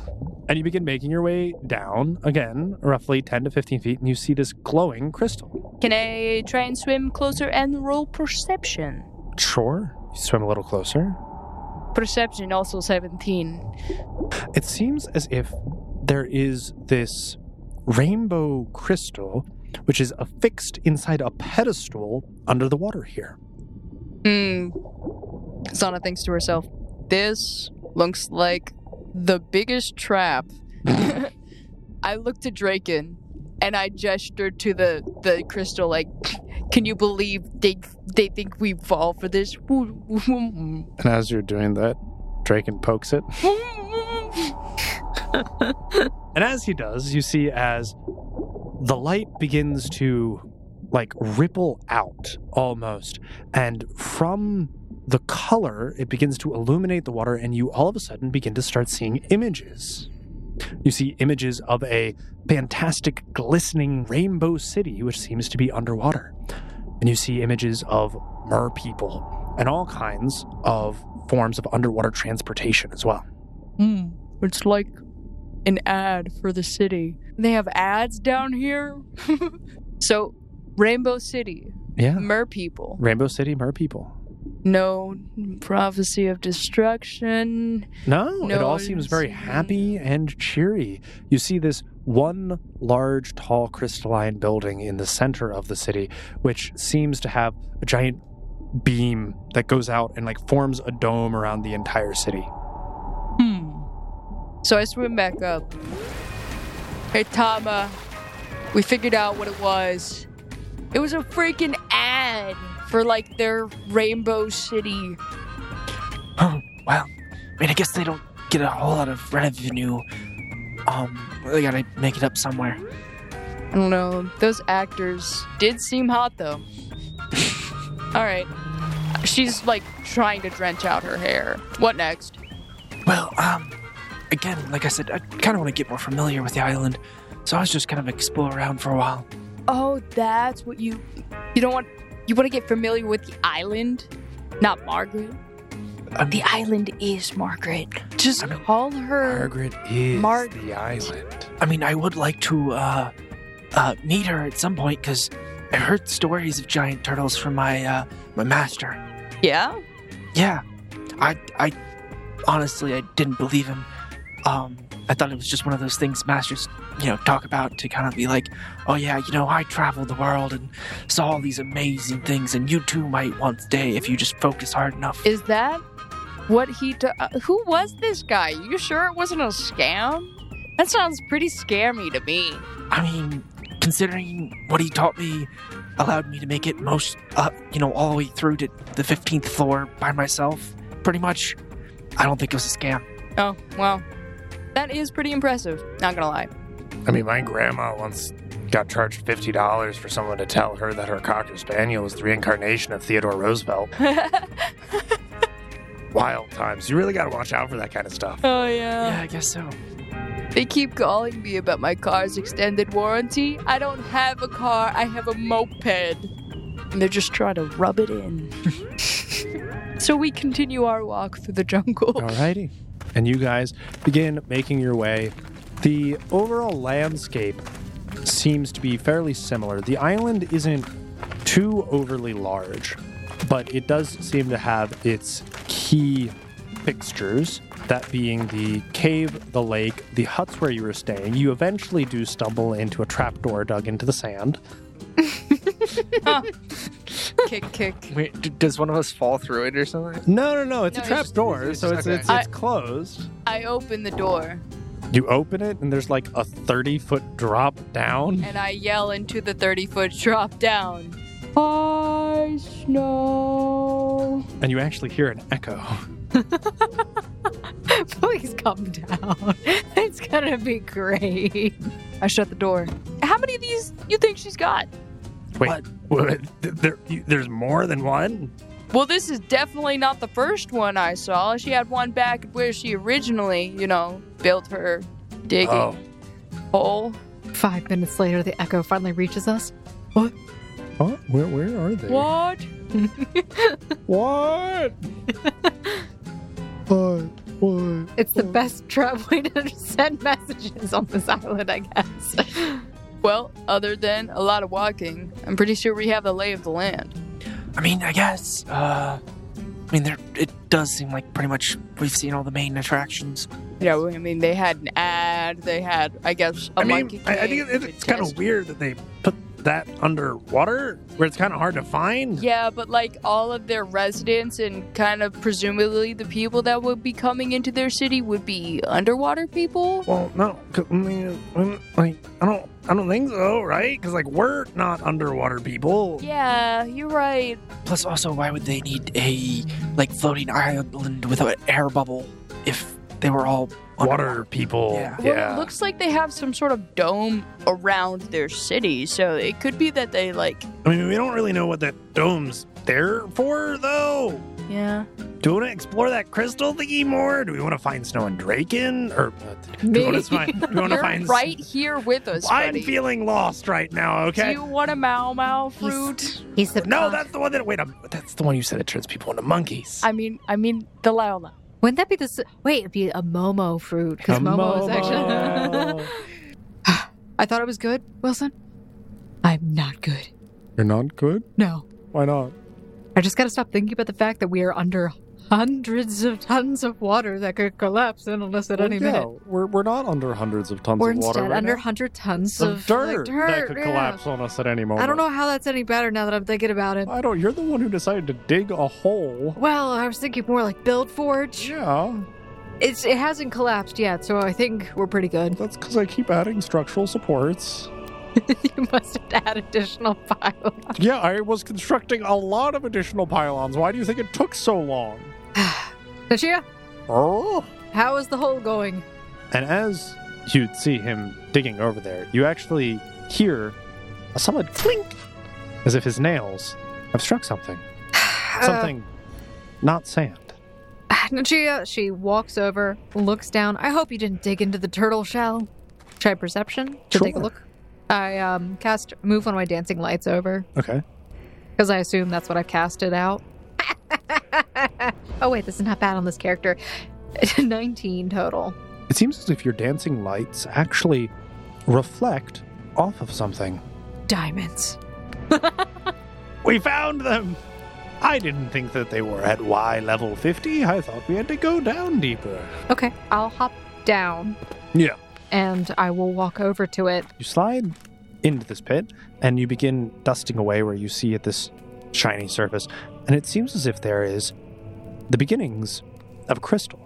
Speaker 8: And you begin making your way down again, roughly 10 to 15 feet, and you see this glowing crystal.
Speaker 12: Can I try and swim closer and roll perception?
Speaker 8: Sure. You swim a little closer.
Speaker 6: Perception also 17.
Speaker 8: It seems as if there is this rainbow crystal which is affixed inside a pedestal under the water here.
Speaker 6: Hmm. Sana thinks to herself, this looks like the biggest trap. I looked at Draken and I gestured to the, the crystal like, can you believe they they think we fall for this? Hmm.
Speaker 8: And as you're doing that, Draken pokes it. And as he does, you see as the light begins to like ripple out almost. And from the color, it begins to illuminate the water, and you all of a sudden begin to start seeing images. You see images of a fantastic, glistening rainbow city, which seems to be underwater. And you see images of mer people and all kinds of forms of underwater transportation as well.
Speaker 6: Hmm. It's like an ad for the city. They have ads down here. so, Rainbow City,
Speaker 8: Yeah.
Speaker 6: mer people.
Speaker 8: Rainbow City, mer people.
Speaker 6: No prophecy of destruction.
Speaker 8: No, it
Speaker 6: No,
Speaker 8: all
Speaker 6: I
Speaker 8: seems
Speaker 6: didn't
Speaker 8: very
Speaker 6: see
Speaker 8: happy and cheery. You see this one large, tall, crystalline building in the center of the city, which seems to have a giant beam that goes out and like forms a dome around the entire city.
Speaker 6: Hmm. So I swim back up. Hey, Tama. We figured out what it was. It was a freaking ad for like their Rainbow City.
Speaker 5: Oh, well, I mean, I guess they don't get a whole lot of revenue. Um, they gotta make it up somewhere.
Speaker 6: I don't know. Those actors did seem hot though. All right. She's like trying to drench out her hair. What next?
Speaker 5: Well, um, again, like I said, I kind of want to get more familiar with the island, so I was just kind of explore around for a while.
Speaker 6: Oh, that's what you you don't want you want to get familiar with the island, not Margaret.
Speaker 12: The island is Margaret.
Speaker 5: Just,
Speaker 6: Call her
Speaker 8: Margaret is
Speaker 6: Mar-
Speaker 8: the island.
Speaker 5: I mean, I would like to uh, uh, meet her at some point because I heard stories of giant turtles from my uh, my master.
Speaker 6: Yeah?
Speaker 5: Yeah, I, I honestly I didn't believe him. Um, I thought it was just one of those things masters, you know, talk about to kind of be like, oh yeah, you know, I traveled the world and saw all these amazing things, and you too might one day if you just focus hard enough.
Speaker 6: Is that what he do- uh, Who was this guy? You sure it wasn't a scam? That sounds pretty scammy to me.
Speaker 5: I mean, considering what he taught me allowed me to make it most, uh, you know, all the way through to the 15th floor by myself, pretty much. I don't think it was a scam.
Speaker 6: Oh, well. That is pretty impressive, not gonna lie.
Speaker 8: I mean, my grandma once got charged $50 for someone to tell her that her Cocker Spaniel was the reincarnation of Theodore Roosevelt. Wild times. You really got to watch out for that kind of stuff.
Speaker 6: oh
Speaker 5: yeah, I guess so.
Speaker 6: They keep calling me about my car's extended warranty. I don't have a car, I have a moped. And they're just trying to rub it in. so we continue our walk through the jungle.
Speaker 8: Alrighty. And you guys begin making your way. The overall landscape seems to be fairly similar. The island isn't too overly large, but it does seem to have its key fixtures that being the cave, the lake, the huts where you were staying. You eventually do stumble into a trapdoor dug into the sand.
Speaker 6: kick, kick.
Speaker 5: Wait, d- does one of us fall through it or something?
Speaker 8: No, no, no. It's
Speaker 6: No,
Speaker 8: a
Speaker 6: it's
Speaker 8: trapdoor,
Speaker 5: it's
Speaker 8: so it's,
Speaker 5: okay.
Speaker 8: it's, it's closed.
Speaker 6: I open the door.
Speaker 8: You open it, and there's like a 30 foot drop down.
Speaker 6: and I yell into the 30 foot drop down. Hi, snow.
Speaker 8: and you actually hear an echo.
Speaker 2: Please come down. It's gonna be great.
Speaker 6: I shut the door. How many of these you think she's got?
Speaker 3: What? There, you- there's more than one?
Speaker 6: Well, this is definitely not the first one I saw. She had one back where she originally, you know, built her digging
Speaker 3: Oh.
Speaker 6: hole.
Speaker 2: Five minutes later, the echo finally reaches us.
Speaker 8: Huh? Where, where are they?
Speaker 6: What?
Speaker 10: What? what? What?
Speaker 2: It's the best trap way to send messages on this island, I guess.
Speaker 6: Well, other than a lot of walking, I'm pretty sure we have the lay of the land.
Speaker 5: I mean, I guess. Uh, I mean, there. It does seem like pretty much we've seen all the main attractions.
Speaker 6: Yeah, I mean, they had an ad. They had, I guess, a
Speaker 3: I
Speaker 6: monkey.
Speaker 3: mean, I, I think
Speaker 6: came
Speaker 3: it,
Speaker 6: to
Speaker 3: it's kind
Speaker 6: test-
Speaker 3: of weird that they put that underwater where it's kind of hard to find.
Speaker 6: Yeah, but like all of their residents and kind of presumably the people that would be coming into their city would be underwater people.
Speaker 3: Well, no, 'cause, I mean, I'm- like I don't, I don't think so, right? Because like we're not underwater people.
Speaker 6: Yeah, you're right.
Speaker 5: Plus, also, why would they need a like floating island with an air bubble if they were all
Speaker 3: Water people.
Speaker 5: Yeah.
Speaker 6: Well, it looks like they have some sort of dome around their city, so it could be that they like.
Speaker 3: I mean, we don't really know what that dome's there for, though.
Speaker 6: Yeah.
Speaker 3: Do we want to explore that crystal thingy more? Do we want to find Snow and Draken? Or uh, do we want to find? Do we want to
Speaker 6: You're
Speaker 3: find?
Speaker 6: right here with us,
Speaker 3: I'm
Speaker 6: buddy.
Speaker 3: feeling lost right now.
Speaker 6: Do
Speaker 3: Okay.
Speaker 6: you want a Mau Mau fruit?
Speaker 11: He's the
Speaker 3: No,
Speaker 11: con-
Speaker 3: that's the one that. Wait, um, that's the one you said it turns people into monkeys.
Speaker 6: I mean, I mean the Laola.
Speaker 11: Wouldn't that be the? s- Wait, it'd be a Momo fruit because
Speaker 8: A
Speaker 11: Momo is
Speaker 8: Momo.
Speaker 11: actually.
Speaker 1: I thought it was good, Wilson.
Speaker 2: I'm not good.
Speaker 8: You're not good?
Speaker 2: No.
Speaker 8: Why not?
Speaker 2: I just gotta stop thinking about the fact that we are under hundreds of tons of water that could collapse in on us at any
Speaker 8: yeah,
Speaker 2: minute.
Speaker 8: we're, we're not under hundreds of tons
Speaker 2: We're
Speaker 8: of water.
Speaker 2: instead
Speaker 8: right
Speaker 2: under
Speaker 8: now.
Speaker 2: 100 tons
Speaker 8: Some
Speaker 2: of like,
Speaker 8: dirt, that
Speaker 2: dirt,
Speaker 8: could
Speaker 2: yeah.
Speaker 8: collapse on us at any moment.
Speaker 2: I don't know how that's any better now that I'm thinking about it.
Speaker 8: I don't. You're the one who decided to dig a hole.
Speaker 2: Well, I was thinking more like Build Forge.
Speaker 8: Yeah,
Speaker 2: It's it hasn't collapsed yet, so I think we're pretty good.
Speaker 8: that's because I keep adding structural supports.
Speaker 2: you must add additional pile.
Speaker 8: yeah, I was constructing a lot of additional pylons. Why do you think it took so long?
Speaker 2: Nashia,
Speaker 8: Oh.
Speaker 2: how is the hole going?
Speaker 8: And as you'd see him digging over there, you actually hear a solid clink, as if his nails have struck something. Something not sand.
Speaker 2: Uh, Nashia, she walks over, looks down. I hope you didn't dig into the turtle shell. Try perception to take a
Speaker 8: Sure.
Speaker 2: look. I um, cast move one of my dancing lights over
Speaker 8: Okay.
Speaker 2: because I assume that's what I've casted out. oh wait, this is not bad on this character. 19 total.
Speaker 8: It seems as if your dancing lights actually reflect off of something.
Speaker 2: Diamonds.
Speaker 3: We found them. I didn't think that they were at Y level 50. I thought we had to go down deeper.
Speaker 2: Okay, I'll hop down.
Speaker 8: Yeah.
Speaker 2: And I will walk over to it.
Speaker 8: You slide into this pit and you begin dusting away where you see at this shiny surface, and it seems as if there is the beginnings of crystal.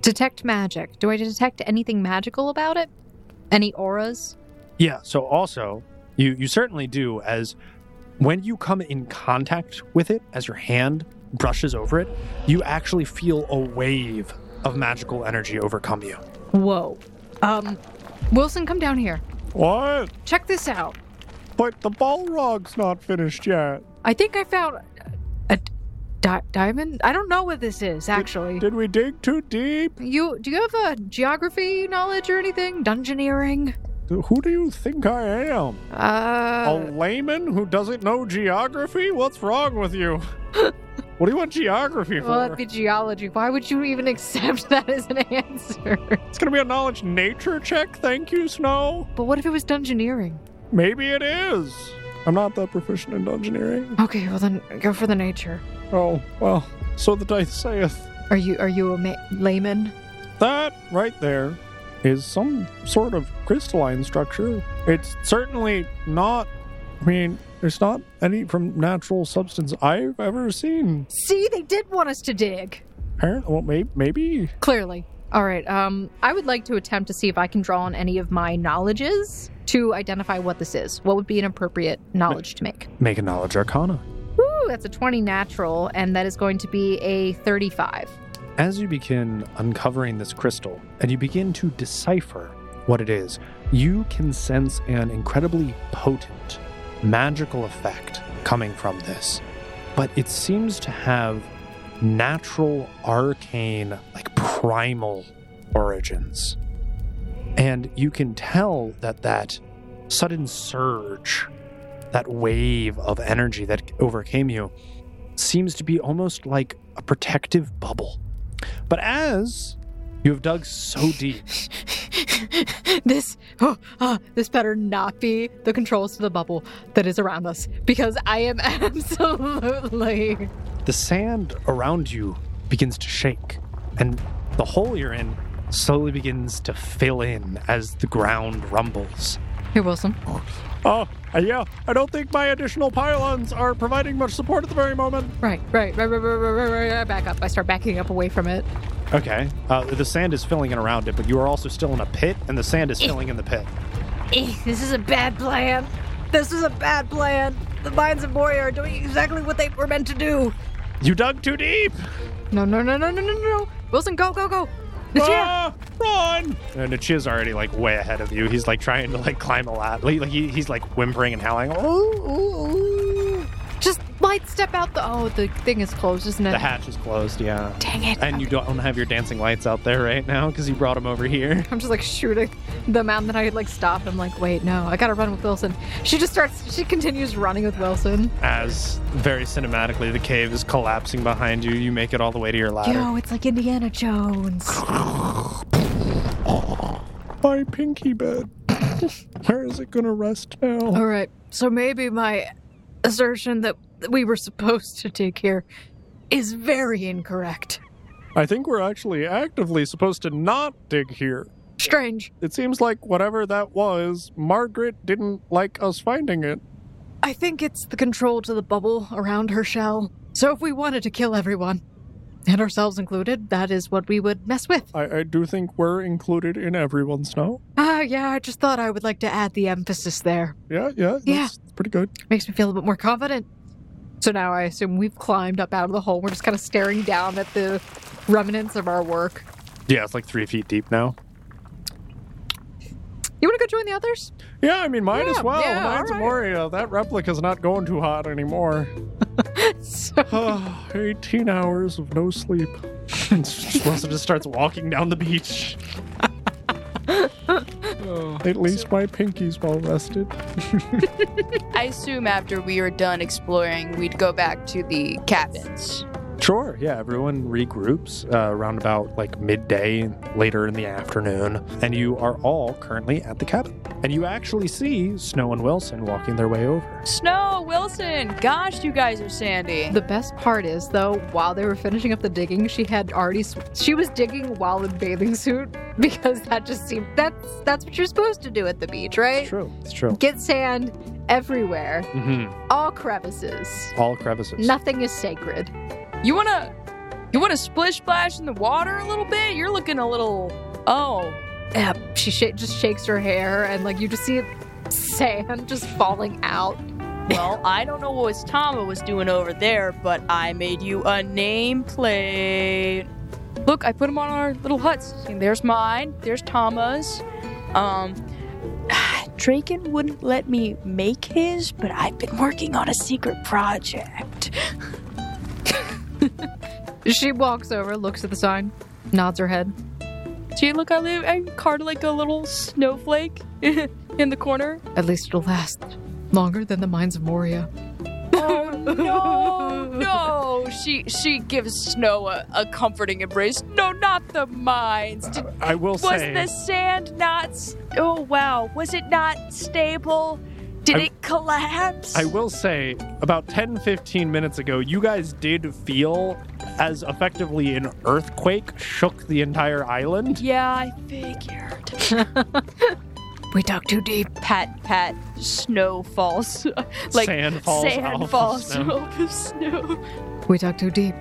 Speaker 2: Detect magic. Do I detect anything magical about it? Any auras?
Speaker 8: Yeah. So also, you you certainly do as when you come in contact with it, as your hand brushes over it, you actually feel a wave of magical energy overcome you.
Speaker 2: Whoa. Um, Wilson, come down here.
Speaker 10: What?
Speaker 2: Check this out.
Speaker 10: But the Balrog's not finished yet.
Speaker 2: I think I found a, a di- diamond. I don't know what this is actually.
Speaker 10: Did we dig too deep?
Speaker 2: you do you have a geography knowledge or anything? Dungeoneering?
Speaker 10: Who do you think I am? a
Speaker 2: Uh,
Speaker 10: layman who doesn't know geography? What's wrong with you? what do you want geography for?
Speaker 2: well, that'd be geology. Why would you even accept that as an answer?
Speaker 10: It's gonna be a knowledge nature check. Thank you, Snow.
Speaker 2: But what if it was dungeoneering?
Speaker 10: Maybe it is. I'm not that proficient in dungeoneering.
Speaker 2: Okay, well then go for the nature.
Speaker 10: Oh well, so the dice saith.
Speaker 2: Are you are you a ma- layman?
Speaker 10: That right there is some sort of crystalline structure. It's certainly not, I mean, there's not any from natural substance I've ever seen.
Speaker 2: See, they did want us to dig.
Speaker 10: Apparently, well, maybe, maybe.
Speaker 2: Clearly, All right. Um, I would like to attempt to see if I can draw on any of my knowledges to identify what this is. What would be an appropriate knowledge to make?
Speaker 8: Make a knowledge arcana.
Speaker 2: Woo! That's a 20 natural, and that is going to be a 35.
Speaker 8: As you begin uncovering this crystal and you begin to decipher what it is, you can sense an incredibly potent magical effect coming from this. But it seems to have natural, arcane, like primal origins. And you can tell that that sudden surge, that wave of energy that overcame you, seems to be almost like a protective bubble. But as you have dug so deep,
Speaker 2: this oh, oh, this better not be the controls to the bubble that is around us because I am absolutely
Speaker 8: the sand around you begins to shake, and the hole you're in slowly begins to fill in as the ground rumbles.
Speaker 2: Here Wilson.
Speaker 10: Oh, uh, yeah. I don't think my additional pylons are providing much support at the very moment.
Speaker 2: Right, right, right, right, right, right, right, right. Back up. I start backing up away from it.
Speaker 8: Okay. Uh, the sand is filling in around it, but you are also still in a pit, and the sand is filling in the pit.
Speaker 11: Eh, This is a bad plan. This is a bad plan. The Vines of Moria are doing exactly what they were meant to do.
Speaker 8: You dug too deep!
Speaker 2: No, no, no, no, no, no, no, no. Wilson, go, go, go. Nichia,
Speaker 8: Ah, run! And Nichia's already like way ahead of you. He's like trying to like climb a ladder. Like, like, he, he's like whimpering and howling.
Speaker 2: just light step out the. Oh, the thing is closed, isn't it?
Speaker 8: The hatch is closed, yeah.
Speaker 11: Dang it.
Speaker 8: And you don't have your dancing lights out there right now because you brought them over here.
Speaker 2: I'm just like shooting the mountain that I had like stopped. I'm like, wait, no, I gotta run with Wilson. She just starts, she continues running with Wilson.
Speaker 8: As very cinematically, the cave is collapsing behind you. You make it all the way to your ladder.
Speaker 11: Yo, it's like Indiana Jones.
Speaker 10: My pinky bed. Where is it gonna rest now?
Speaker 2: All right, so maybe my assertion that we were supposed to dig here is very incorrect.
Speaker 10: I think we're actually actively supposed to not dig here.
Speaker 2: Strange.
Speaker 10: It seems like whatever that was, Margaret didn't like us finding it.
Speaker 2: I think it's the control to the bubble around her shell. So if we wanted to kill everyone, and ourselves included, that is what we would mess with.
Speaker 10: I, I do think we're included in everyone's now.
Speaker 2: Ah, yeah, I just thought I would like to add the emphasis there.
Speaker 10: Yeah, yeah, that's
Speaker 2: Yeah.
Speaker 10: pretty good.
Speaker 2: Makes me feel a bit more confident. So now I assume we've climbed up out of the hole. We're just kind of staring down at the remnants of our work.
Speaker 8: Yeah, it's like three feet deep now.
Speaker 2: You want to go join the others?
Speaker 10: Yeah, I mean, might
Speaker 2: Yeah,
Speaker 10: as well.
Speaker 2: yeah,
Speaker 10: Mine's
Speaker 2: alright.
Speaker 10: Moria. That replica's not going too hot anymore.
Speaker 2: So,
Speaker 10: Ah, 18 hours of no sleep.
Speaker 8: Wilson just starts walking down the beach.
Speaker 10: At least my pinky's well rested.
Speaker 6: I assume after we were done exploring, we'd go back to the cabins.
Speaker 8: Sure, yeah, everyone regroups uh, around about like midday, later in the afternoon, and you are all currently at the cabin. And you actually see Snow and Wilson walking their way over.
Speaker 6: Snow, Wilson, gosh, you guys are sandy.
Speaker 2: the best part is, though, while they were finishing up the digging, she had already sw- she was digging while in bathing suit because that just seemed that's that's what you're supposed to do at the beach, right?
Speaker 8: true. It's true.
Speaker 2: Get sand everywhere,
Speaker 8: hmm
Speaker 2: all crevices.
Speaker 8: All crevices.
Speaker 2: Nothing is sacred.
Speaker 6: You wanna, you wanna splish splash in the water a little bit? You're looking a little. Oh,
Speaker 2: Yeah, she sh- just shakes her hair, and like you just see sand just falling out.
Speaker 6: well, I don't know what Tama was doing over there, but I made you a nameplate. Look, I put them on our little huts. And there's mine. There's Tama's. Um, Draken wouldn't let me make his, but I've been working on a secret project.
Speaker 2: She walks over, looks at the sign, nods her head.
Speaker 6: See, look, I live. I carved like a little snowflake in the corner.
Speaker 2: At least it'll last longer than the mines of Moria.
Speaker 6: Oh no, no! She she gives Snow a, a comforting embrace. No, not the mines. Did,
Speaker 8: I will
Speaker 6: was
Speaker 8: say
Speaker 6: the sand not? s- Oh wow, was it not stable? Did
Speaker 8: I-
Speaker 6: it collapse?
Speaker 8: I will say about 10 15 minutes ago, you guys did feel as effectively an earthquake shook the entire island.
Speaker 6: yeah, I figured.
Speaker 11: We dug too deep.
Speaker 6: Pat, pat, snow falls. like
Speaker 8: sand falls. out
Speaker 6: sand
Speaker 8: of
Speaker 6: falls
Speaker 8: snow.
Speaker 6: off of snow.
Speaker 2: We dug too deep.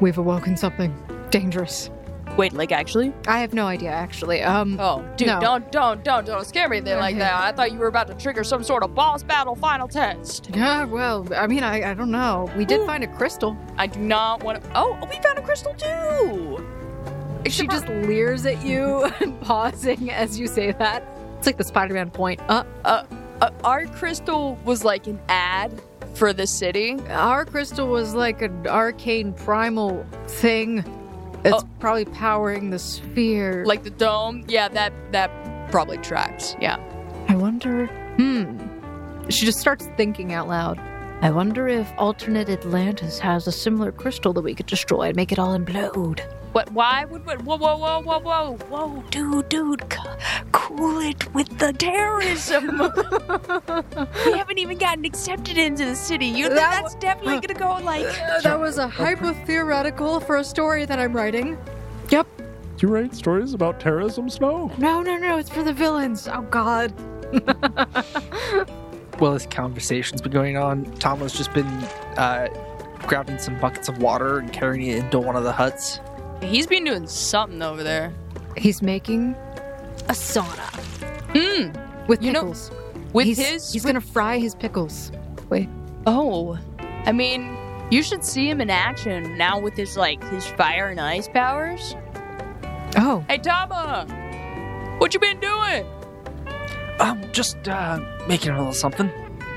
Speaker 2: We've awoken something dangerous.
Speaker 12: Wait, like actually?
Speaker 2: I have no idea, actually. Um,
Speaker 6: Oh, dude,
Speaker 2: No.
Speaker 6: don't, don't, don't, don't scare me there like
Speaker 2: Okay.
Speaker 6: that. I thought you were about to trigger some sort of boss battle final test.
Speaker 2: yeah, well, I mean, I, I don't know. We did find a crystal.
Speaker 6: I do not want to. Oh, we found a crystal too.
Speaker 2: She just leers at you, pausing as you say that. It's like the Spider-Man point. Uh,
Speaker 6: Uh, our crystal was like an ad for the city.
Speaker 2: our crystal was like an arcane primal thing. It's
Speaker 6: Oh.
Speaker 2: probably powering the sphere.
Speaker 6: like the dome. Yeah, that that probably tracks. Yeah.
Speaker 2: I wonder. Hmm. She just starts thinking out loud. I wonder if alternate Atlantis has a similar crystal that we could destroy and make it all implode.
Speaker 6: What? Why would? What, whoa! Whoa! Whoa! Whoa! Whoa! Whoa!
Speaker 11: Dude, dude, c- cool it with the terrorism.
Speaker 12: We haven't even gotten accepted into the city. You think
Speaker 2: That
Speaker 12: that's definitely gonna go like
Speaker 2: that was a hyper theoretical for a story that I'm writing.
Speaker 10: You write stories about terrorism, Snow?
Speaker 2: No, no, no, it's for the villains. Oh, God.
Speaker 5: Well, this conversation's been going on. Tom has just been uh, grabbing some buckets of water and carrying it into one of the huts.
Speaker 6: He's been doing something over there.
Speaker 2: He's making
Speaker 11: a sauna.
Speaker 6: Hmm.
Speaker 2: with
Speaker 6: You know,
Speaker 2: pickles.
Speaker 6: With
Speaker 2: he's,
Speaker 6: his.
Speaker 2: he's
Speaker 6: with-
Speaker 2: gonna fry his pickles.
Speaker 6: oh. I mean, you should see him in action now with his like his fire and ice powers.
Speaker 2: Oh,
Speaker 6: Hey, Tama. What you been doing?
Speaker 5: I'm just uh, making a little something.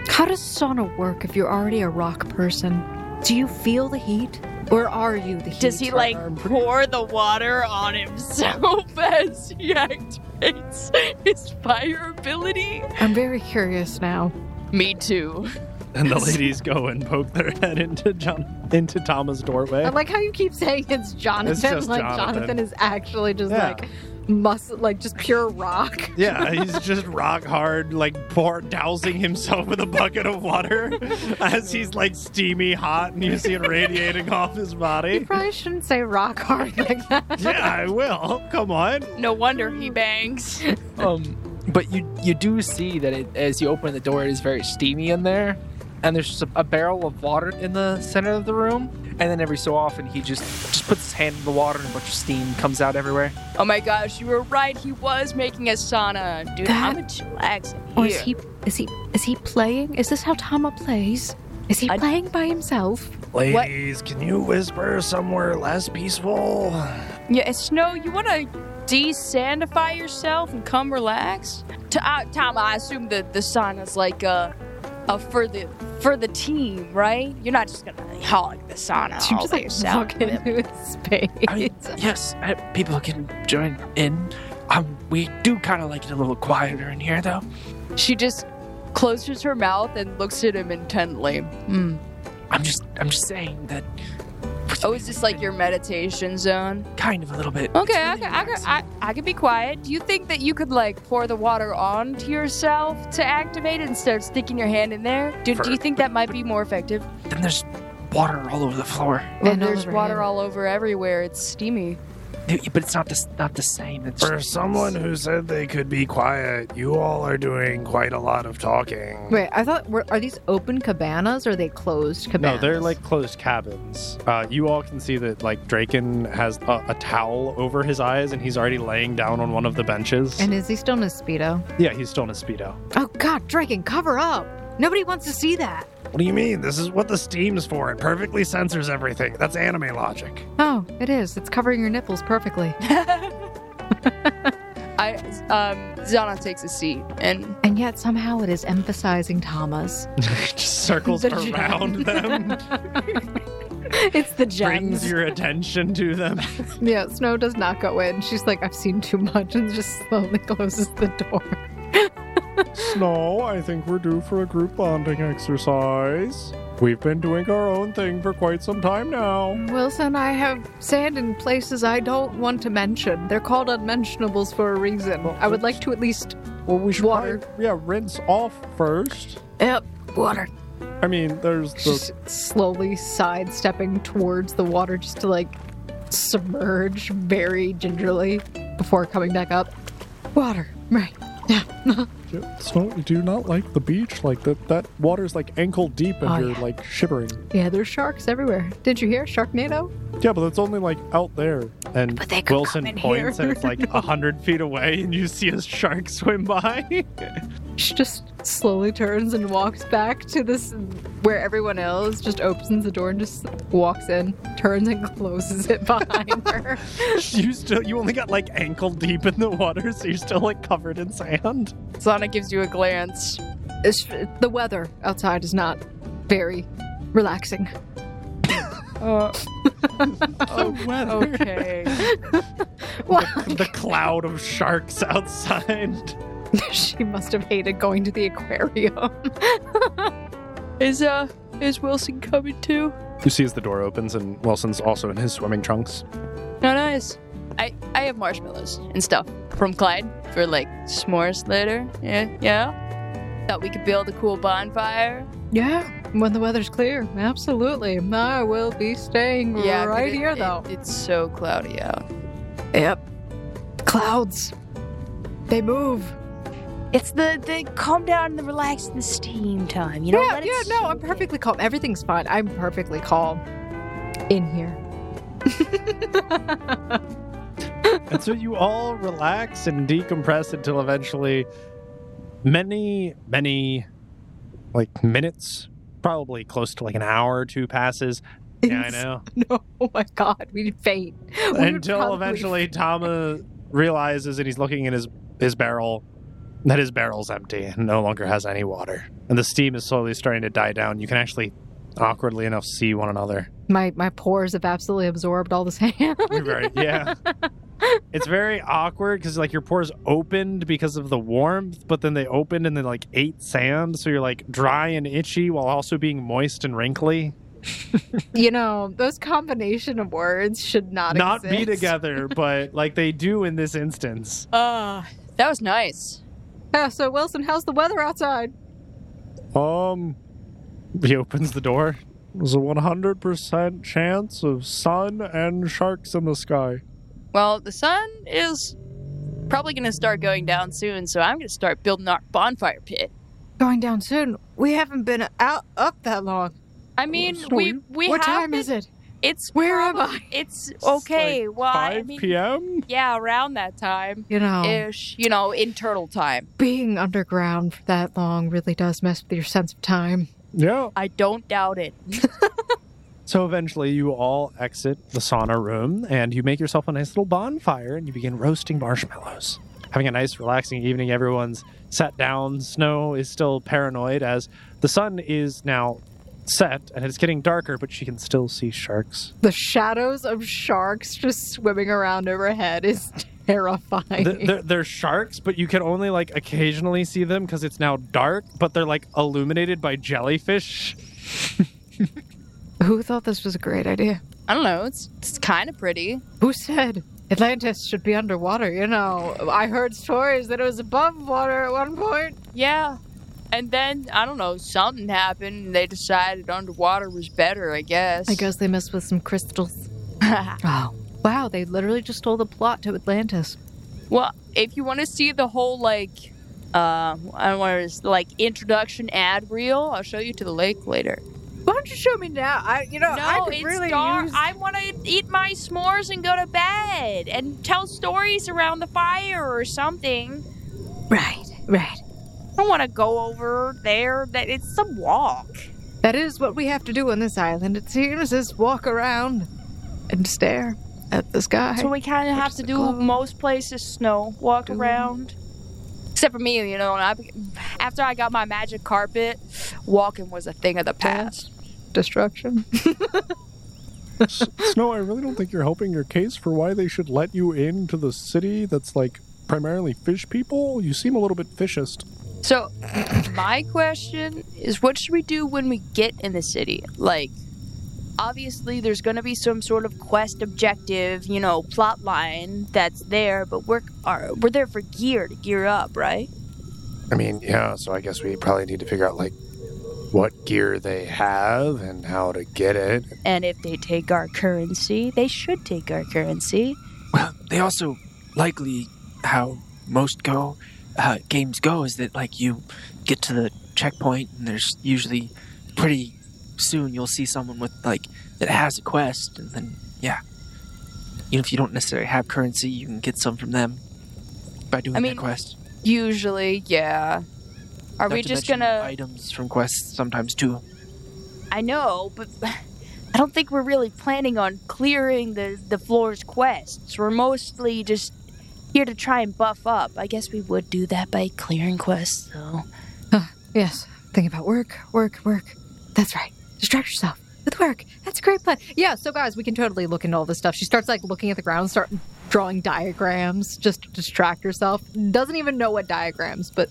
Speaker 2: how does sauna work if you're already a rock person? Do you feel the heat, or are you the heat?
Speaker 12: Does he like pour the water on himself as he activates his fire ability?
Speaker 2: I'm very curious now.
Speaker 6: Me too.
Speaker 8: And the ladies go and poke their head into John into Thomas' doorway.
Speaker 2: I like how you keep saying it's Jonathan.
Speaker 8: just
Speaker 2: like
Speaker 8: Jonathan.
Speaker 2: Jonathan. is actually just
Speaker 8: Yeah.
Speaker 2: like mus like just pure rock.
Speaker 8: Yeah, he's just rock hard, like pour dousing himself with a bucket of water as he's like steamy hot and you see it radiating off his
Speaker 2: You
Speaker 8: body.
Speaker 2: probably shouldn't say rock hard like that.
Speaker 8: Yeah, I will. Come on.
Speaker 6: No wonder he bangs.
Speaker 5: Um, but you you do see that it, as you open the door, it is very steamy in there, and there's just a, a barrel of water in the center of the room. And then every so often, he just just puts his hand in the water, and a bunch of steam comes out everywhere.
Speaker 6: Oh my gosh, you were right. He was making a sauna, dude. I'm
Speaker 2: That-
Speaker 6: a chillax in
Speaker 2: Or
Speaker 6: here.
Speaker 2: Oh, is he is he is he playing? Is this how Tama plays? Is he
Speaker 6: I-
Speaker 2: playing by himself?
Speaker 3: Ladies, can you whisper somewhere less peaceful?
Speaker 6: Yeah, it's Snow, you want to desandify yourself and come relax? T- uh, Tom, I assume the the sauna's like uh, uh for the for the team, right? You're not just gonna hog the sauna
Speaker 2: you
Speaker 6: all
Speaker 2: just
Speaker 6: by
Speaker 2: like
Speaker 6: yourself.
Speaker 2: walk into his space.
Speaker 5: I- Yes, uh, people can join in. Um, we do kind of like it a little quieter in here, though.
Speaker 6: She just closes her mouth and looks at him intently. Mm.
Speaker 5: I'm just I'm just saying that.
Speaker 6: Oh, is this like your meditation zone?
Speaker 5: kind of a little bit?
Speaker 6: Okay,
Speaker 5: It's
Speaker 6: I,
Speaker 5: really
Speaker 6: can, I, can,
Speaker 5: relaxing.
Speaker 6: I, I can be quiet. Do you think that you could like pour the water onto yourself to activate it instead of sticking your hand in there? Do, do you think that might be more effective?
Speaker 5: Then there's water all over the floor.
Speaker 6: Well,
Speaker 2: And all
Speaker 6: there's
Speaker 2: over
Speaker 6: water
Speaker 2: him.
Speaker 6: all over everywhere. It's steamy.
Speaker 5: Dude, But it's not the not the same. It's
Speaker 3: For someone who said they could be quiet, you all are doing quite a lot of talking.
Speaker 2: Wait, I thought were, are these open cabanas or are they closed
Speaker 8: No,
Speaker 2: cabanas?
Speaker 8: they're like closed cabins. Uh, you all can see that like Draken has a, a towel over his eyes and he's already laying down on one of the benches.
Speaker 2: And is he still in his speedo?
Speaker 8: yeah, he's still in his speedo.
Speaker 2: Oh God, Draken, cover up! Nobody wants to see that.
Speaker 3: What do you mean? This is what the steam's for. It perfectly censors everything. That's anime logic.
Speaker 2: Oh, it is. It's covering your nipples perfectly.
Speaker 6: I um, Zana takes a seat and
Speaker 2: And yet somehow it is emphasizing Tama's.
Speaker 8: Just circles
Speaker 2: The gem.
Speaker 8: around them,
Speaker 2: It's the
Speaker 8: brings your attention to them.
Speaker 2: Yeah, Snow does not go in. She's like, I've seen too much, and just slowly closes the door.
Speaker 10: Snow, I think we're due for a group bonding exercise. We've been doing our own thing for quite some time now.
Speaker 2: Wilson, I have sand in places I don't want to mention. They're called unmentionables for a reason. I would like to at least.
Speaker 10: Well, we should
Speaker 2: Water.
Speaker 10: probably- yeah, rinse off first.
Speaker 11: Yep, water.
Speaker 10: I mean, there's the
Speaker 2: She's slowly sidestepping towards the water just to like submerge very gingerly before coming back up. Water, right.
Speaker 10: Snow. You do not like the beach like that. That water's like ankle deep, and
Speaker 2: Oh,
Speaker 10: you're
Speaker 2: yeah.
Speaker 10: like shivering.
Speaker 2: Yeah, there's sharks everywhere. Did you hear Sharknado?
Speaker 10: Yeah, but that's only like out there.
Speaker 8: And
Speaker 11: But they could
Speaker 8: Wilson
Speaker 11: come in
Speaker 8: points
Speaker 11: here.
Speaker 8: and it's like a hundred feet away, and you see a shark swim by.
Speaker 2: She just slowly turns and walks back to this where everyone else just opens the door and just walks in, turns and closes it behind her.
Speaker 8: you still, you only got like ankle deep in the water, so you're still like covered in sand.
Speaker 6: Zana gives you a glance.
Speaker 2: It's, the weather outside is not very relaxing.
Speaker 8: Oh, weather.
Speaker 6: Okay.
Speaker 8: The cloud of sharks outside.
Speaker 2: she must have hated going to the aquarium.
Speaker 6: is uh is Wilson coming too?
Speaker 8: You see as the door opens, and Wilson's also in his swimming trunks.
Speaker 6: No, nice. I I have marshmallows and stuff from Clyde for like s'mores later. Yeah, yeah. Thought we could build a cool bonfire.
Speaker 2: Yeah, when the weather's clear, absolutely. I will be staying
Speaker 6: Yeah, 'cause
Speaker 2: right
Speaker 6: it-
Speaker 2: here
Speaker 6: it-
Speaker 2: though.
Speaker 6: it's so cloudy out.
Speaker 2: Yep. Clouds. They move.
Speaker 12: It's the, the calm down and the relax and the steam time. You know,
Speaker 2: yeah,
Speaker 12: Let it
Speaker 2: yeah, no, I'm
Speaker 12: soak in.
Speaker 2: perfectly calm. Everything's fine. I'm perfectly calm in here.
Speaker 8: and so you all relax and decompress until eventually many many like minutes probably close to like an hour or two passes yeah i know
Speaker 2: No, oh my god, we'd faint. We would
Speaker 8: until
Speaker 2: probably-
Speaker 8: eventually tama realizes and he's looking in his his barrel that his barrel's empty and no longer has any water and the steam is slowly starting to die down you can actually awkwardly enough see one another
Speaker 2: my my pores have absolutely absorbed all the sand.
Speaker 8: You're right. Yeah. It's very awkward because like your pores opened because of the warmth, but then they opened and then like ate sand, so you're like dry and itchy while also being moist and wrinkly.
Speaker 2: you know, those combination of words should not
Speaker 8: Not
Speaker 2: exist.
Speaker 8: be together, but like they do in this instance.
Speaker 6: Ah, that was nice.
Speaker 2: Yeah, Uh, so Wilson, how's the weather outside?
Speaker 10: Um,
Speaker 8: He opens the door.
Speaker 10: there's a 100% chance of sun and sharks in the sky.
Speaker 6: Well, the sun is probably gonna start going down soon, so I'm gonna start building our bonfire pit.
Speaker 2: Going down soon. We haven't been out up that long.
Speaker 6: I mean,
Speaker 10: it's
Speaker 6: we
Speaker 10: snowing.
Speaker 6: we
Speaker 2: what
Speaker 6: have
Speaker 2: time
Speaker 6: been-
Speaker 2: is it?
Speaker 6: It's
Speaker 2: Where am
Speaker 6: probably-
Speaker 2: I?
Speaker 6: It's okay. well, I
Speaker 10: 5
Speaker 6: mean,
Speaker 10: p.m.?
Speaker 6: yeah, around that time
Speaker 2: You know,
Speaker 6: ish. You know, in turtle time.
Speaker 2: being underground for that long really does mess with your sense of time.
Speaker 10: Yeah.
Speaker 6: I don't doubt it.
Speaker 8: So eventually you all exit the sauna room and you make yourself a nice little bonfire and you begin roasting marshmallows. Having a nice relaxing evening, everyone's sat down. Snow is still paranoid as the sun is now set and it's getting darker, but she can still see sharks.
Speaker 2: The shadows of sharks just swimming around overhead is terrifying.
Speaker 8: Th- They're, they're sharks, but you can only like occasionally see them because it's now dark, but they're like illuminated by jellyfish.
Speaker 2: Who thought this was a great idea?
Speaker 6: I don't know. It's it's kind of pretty.
Speaker 2: Who said Atlantis should be underwater? You know, I heard stories that it was above water at one point.
Speaker 6: Yeah. And then I don't know. Something happened. and They decided underwater was better. I guess.
Speaker 2: I guess they messed with some crystals. Oh. Wow, they literally just stole the plot to Atlantis.
Speaker 6: well, if you want to see the whole like, uh, I don't know, like introduction ad reel, I'll show you to the lake later.
Speaker 2: Why don't you show me now? I, you know, I
Speaker 6: No,
Speaker 2: could
Speaker 6: it's
Speaker 2: really
Speaker 6: dark.
Speaker 2: use.
Speaker 6: I want to eat my s'mores and go to bed and tell stories around the fire or something.
Speaker 11: Right, right.
Speaker 6: I don't want to go over there. That it's a walk.
Speaker 2: That is what we have to do on this island. It seems is walk around and stare at the sky.
Speaker 6: So we kind of have
Speaker 2: just
Speaker 6: to
Speaker 2: a
Speaker 6: do
Speaker 2: glow.
Speaker 6: most places snow, walk around. Except for me, you know, and I, be- after I got my magic carpet, walking was a thing of the past.
Speaker 2: Destruction.
Speaker 10: S- Snow, I really don't think you're helping your case for why they should let you into the city that's like primarily fish people. You seem a little bit fishist.
Speaker 6: So, my question is what should we do when we get in the city? Like, obviously, there's going to be some sort of quest objective, you know, plot line that's there, but we're, are, we're there for gear to gear up, right?
Speaker 3: I mean, yeah, so I guess we probably need to figure out, like, what gear they have and how to get it.
Speaker 12: And if they take our currency, they should take our currency.
Speaker 5: Well, they also likely how most go uh, games go is that like you get to the checkpoint and there's usually pretty soon you'll see someone with like that has a quest and then yeah. Even if you don't necessarily have currency, you can get some from them by doing
Speaker 17: I
Speaker 5: that
Speaker 17: mean,
Speaker 5: quest.
Speaker 17: Usually, yeah. Are
Speaker 5: Not
Speaker 17: we
Speaker 5: to
Speaker 17: just
Speaker 5: mention
Speaker 17: gonna?
Speaker 5: items from quests sometimes too?
Speaker 6: I know, but I don't think we're really planning on clearing the the floor's quests. We're mostly just here to try and buff up. I guess we would do that by clearing quests, though.
Speaker 2: Yes. Think about work, work, work. That's right. Distract yourself with work. That's a great plan. Yeah, so guys, we can totally look into all this stuff. She starts like looking at the ground, start drawing diagrams just to distract herself. Doesn't even know what diagrams, but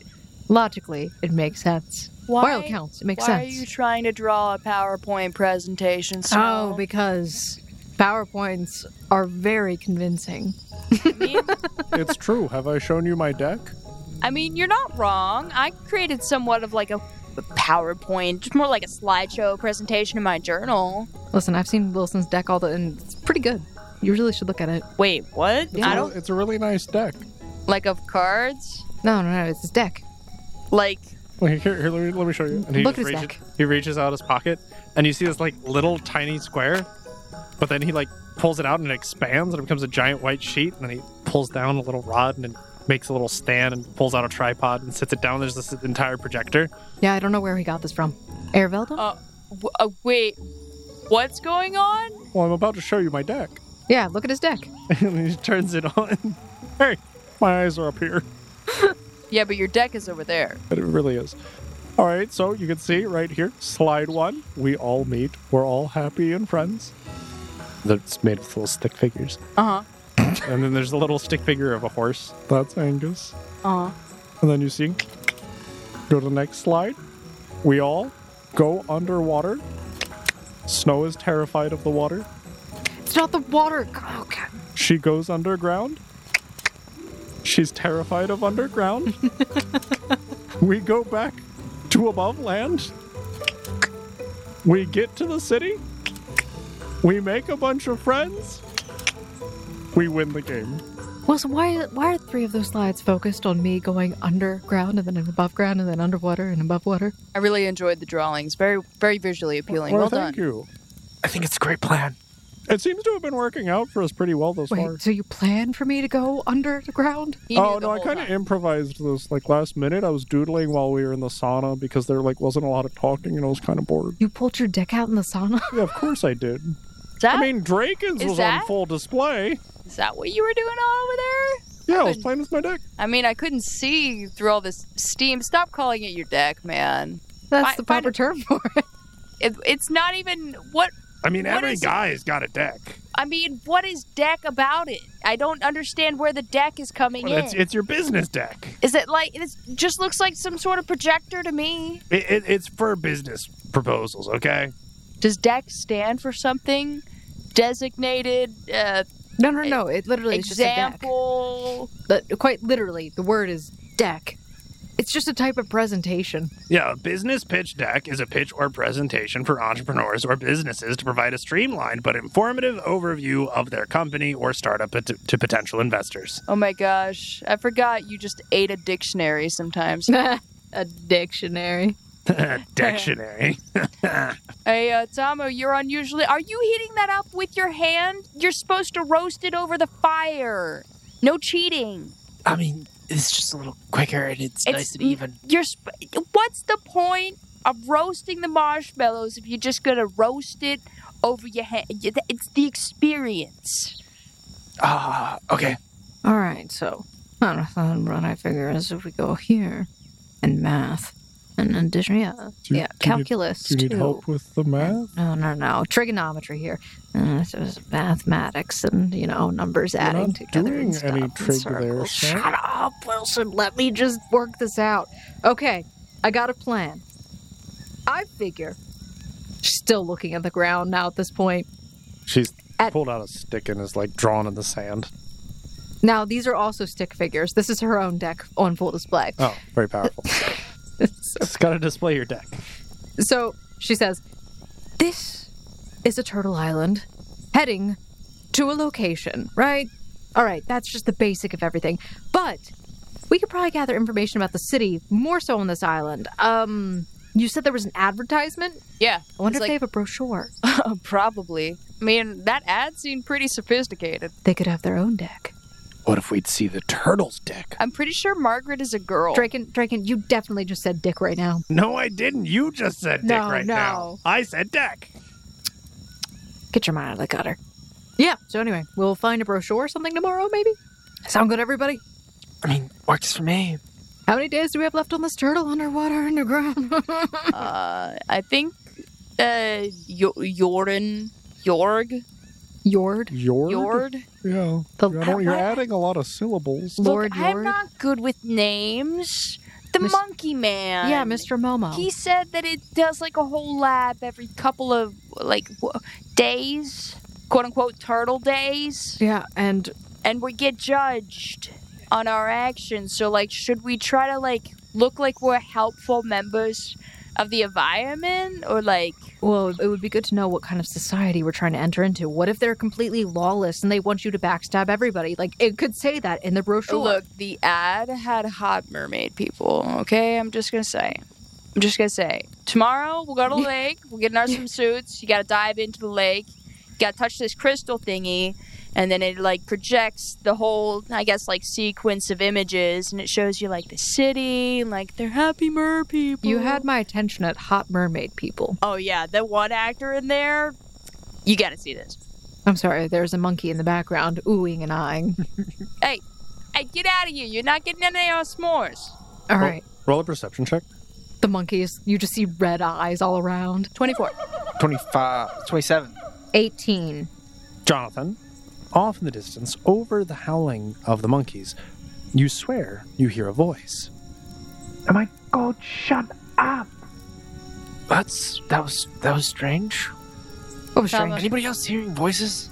Speaker 2: logically it makes sense. By all counts, it makes
Speaker 6: why
Speaker 2: sense.
Speaker 6: are you trying to draw a PowerPoint presentation?
Speaker 2: oh,
Speaker 6: Snow?
Speaker 2: because PowerPoints are very convincing.
Speaker 8: it's true. Have I shown you my deck?
Speaker 6: I mean, you're not wrong. I created somewhat of like a a PowerPoint, just more like a slideshow presentation in my journal.
Speaker 2: Listen, I've seen Wilson's deck all the and it's pretty good. You really should look at it.
Speaker 6: Wait, what?
Speaker 8: It's,
Speaker 17: I
Speaker 8: a,
Speaker 17: don't-
Speaker 8: it's a really nice deck.
Speaker 17: Like of cards?
Speaker 2: No, no, no, it's his deck.
Speaker 17: Like
Speaker 8: Wait, here, here let, me, let me show you.
Speaker 18: And he
Speaker 2: Look
Speaker 18: just
Speaker 2: at his
Speaker 18: reaches, he reaches out his pocket, and you see this like little tiny square, but then he like pulls it out and it expands and it becomes a giant white sheet. And then he pulls down a little rod and then makes a little stand and pulls out a tripod and sits it down. There's this entire projector.
Speaker 2: Yeah, I don't know where he got this from. Airvelda?
Speaker 17: w- uh, wait, what's going on?
Speaker 8: Well, I'm about to show you my deck.
Speaker 2: yeah, look at his deck.
Speaker 18: and he turns it on.
Speaker 8: Hey, my eyes are up here.
Speaker 17: Yeah, but your deck is over there.
Speaker 8: But it really is. All right, so you can see right here, slide one. We all meet. We're all happy and friends.
Speaker 18: That's made with little stick figures.
Speaker 17: Uh huh.
Speaker 18: and then there's a little stick figure of a horse.
Speaker 8: That's Angus.
Speaker 17: Uh huh.
Speaker 8: And then you see, go to the next slide. We all go underwater. Snow is terrified of the water.
Speaker 2: It's not the water. Oh, God.
Speaker 8: She goes underground. She's terrified of underground. we go back to above land. We get to the city. We make a bunch of friends. We win the game.
Speaker 2: Wilson, why, why are three of those slides focused on me going underground and then above ground and then underwater and above water?
Speaker 17: I really enjoyed the drawings. Very, very visually appealing.
Speaker 8: Well,
Speaker 17: Well, done.
Speaker 8: thank you.
Speaker 5: I think it's a great plan.
Speaker 8: It seems to have been working out for us pretty well thus
Speaker 2: Wait,
Speaker 8: far.
Speaker 2: so you plan for me to go underground?
Speaker 17: He knew
Speaker 8: Oh
Speaker 17: the
Speaker 8: no, I
Speaker 17: whole
Speaker 8: kind of
Speaker 17: time.
Speaker 8: improvised this like last minute. I was doodling while we were in the sauna because there like wasn't a lot of talking and I was kind of bored.
Speaker 2: You pulled your dick out in the sauna?
Speaker 8: Yeah, of course I did.
Speaker 6: Is that,
Speaker 8: I mean, Draken's
Speaker 17: Is
Speaker 8: was
Speaker 17: that-
Speaker 8: on full display.
Speaker 17: Is that what you were doing all over there?
Speaker 8: Yeah, I was
Speaker 17: Good.
Speaker 8: playing with my deck.
Speaker 17: I mean, I couldn't see through all this steam. Stop calling it your deck, man.
Speaker 2: That's
Speaker 17: Why-
Speaker 2: the
Speaker 17: why
Speaker 2: proper
Speaker 17: did-
Speaker 2: term for it.
Speaker 17: It, it's not even what.
Speaker 8: I mean,
Speaker 17: What every is-
Speaker 8: guy's got a deck.
Speaker 6: I mean, what is deck about it? I don't understand where the deck is coming in.
Speaker 8: it's, it's your business deck.
Speaker 6: Is it like it just looks like some sort of projector to me?
Speaker 8: It, it, it's for business proposals, okay?
Speaker 6: Does deck stand for something? Designated uh,
Speaker 2: No, no, no. It literally is just a deck.
Speaker 6: example.
Speaker 2: But quite literally, the word is deck. It's just a type of presentation.
Speaker 3: Yeah, a business pitch deck is a pitch or presentation for entrepreneurs or businesses to provide a streamlined but informative overview of their company or startup to, to potential investors.
Speaker 17: Oh my gosh, I forgot you just ate a dictionary sometimes.
Speaker 2: a dictionary.
Speaker 3: Dictionary.
Speaker 17: hey, uh,
Speaker 6: Samo, you're unusually. Are you heating that up with your hand? You're supposed to roast it over the fire. No cheating.
Speaker 5: I mean, it's just a little quicker and it's,
Speaker 6: It's-
Speaker 5: nice and even.
Speaker 6: You're. Sp- What's the point of roasting the marshmallows if you're just gonna roast it over your hand? It's the experience.
Speaker 5: Ah, okay.
Speaker 2: All right, so marathon run. I figure is if we go here, and math, and then dis- yeah,
Speaker 8: Do you-
Speaker 2: yeah,
Speaker 8: do you need-
Speaker 2: calculus
Speaker 8: Do you need
Speaker 2: too. Uh,
Speaker 8: help with the math?
Speaker 2: No, no, no, trigonometry here. Uh, so it's mathematics and you know numbers adding
Speaker 8: not
Speaker 2: together
Speaker 8: doing
Speaker 2: and stuff.
Speaker 8: any
Speaker 2: and
Speaker 8: trig there,
Speaker 2: circles.
Speaker 8: Sam.
Speaker 2: Shut up, Wilson. Let me just work this out. Okay, I got a plan. I figure. She's still looking at the ground now. At this point.
Speaker 18: She's
Speaker 2: At-
Speaker 18: pulled out a stick and is like drawn in the sand.
Speaker 2: Now, these are also stick figures. This is her own deck on full display.
Speaker 18: Oh, very powerful. it's got to display your deck.
Speaker 2: So she says, This is a turtle island heading to a location, right? All right, that's just the basic of everything. But we could probably gather information about the city more so on this island. Um, You said there was an advertisement?
Speaker 6: Yeah.
Speaker 2: I
Speaker 6: It's
Speaker 2: wonder if
Speaker 6: like-
Speaker 2: they have a brochure.
Speaker 6: Probably. I mean, that ad seemed pretty sophisticated.
Speaker 2: They could have their own deck.
Speaker 8: What if we'd see the turtle's dick?
Speaker 6: I'm pretty sure Margaret is a girl.
Speaker 2: Draken, Draken, you definitely just said dick right now.
Speaker 3: No, I didn't. You just said dick
Speaker 2: No,
Speaker 3: right
Speaker 2: no.
Speaker 3: now. I said deck.
Speaker 2: Get your mind out of the gutter. Yeah, so anyway, we'll find a brochure or something tomorrow, maybe? Sound good, everybody?
Speaker 5: I mean, works for me.
Speaker 2: How many days do we have left on this turtle underwater, underground?
Speaker 6: Uh, I think uh, Yo- Jordan, Jorg,
Speaker 2: Yord?
Speaker 10: Your
Speaker 6: Jord.
Speaker 10: Yeah.
Speaker 2: The-
Speaker 10: I don't, you're
Speaker 6: what?
Speaker 10: adding a lot of syllables.
Speaker 2: Lord
Speaker 6: Look, I'm
Speaker 2: Yord?
Speaker 6: not good with names. The
Speaker 2: Mis-
Speaker 6: Monkey Man.
Speaker 2: yeah, Mr. Momo.
Speaker 6: He said that it does like a whole lab every couple of like w- days, quote unquote turtle days,
Speaker 2: Yeah, and
Speaker 6: and we get judged on our actions. So like, should we try to like look like we're helpful members of the environment, or like,
Speaker 2: well, it would be good to know what kind of society we're trying to enter into. What if they're completely lawless and they want you to backstab everybody? Like it could say that in the brochure.
Speaker 6: look, the ad had hot mermaid people. Okay, I'm just gonna say. I'm just gonna say. Tomorrow we'll go to the lake. We'll get in our swimsuits. You gotta dive into the lake. You gotta touch this crystal thingy, and then it like projects the whole, I guess, like sequence of images, and it shows you like the city, and, like they're happy mer people.
Speaker 2: you had my attention at hot mermaid people.
Speaker 6: Oh yeah, the one actor in there. You gotta see this.
Speaker 2: I'm sorry, there's a monkey in the background oohing and eyeing.
Speaker 6: Hey, get out of here! You're not getting any of our s'mores.
Speaker 2: All
Speaker 8: Oh.
Speaker 2: right.
Speaker 8: Roll a perception check.
Speaker 2: The monkeys, you just see red eyes all around.
Speaker 6: 24.
Speaker 5: 25, 27.
Speaker 2: 18.
Speaker 8: Jonathan, off in the distance, over the howling of the monkeys, you swear you hear a voice.
Speaker 5: Oh my god, shut up! That's, that was, that was strange.
Speaker 2: What was
Speaker 6: Tell
Speaker 2: Oh, strange?
Speaker 5: Anybody else hearing voices?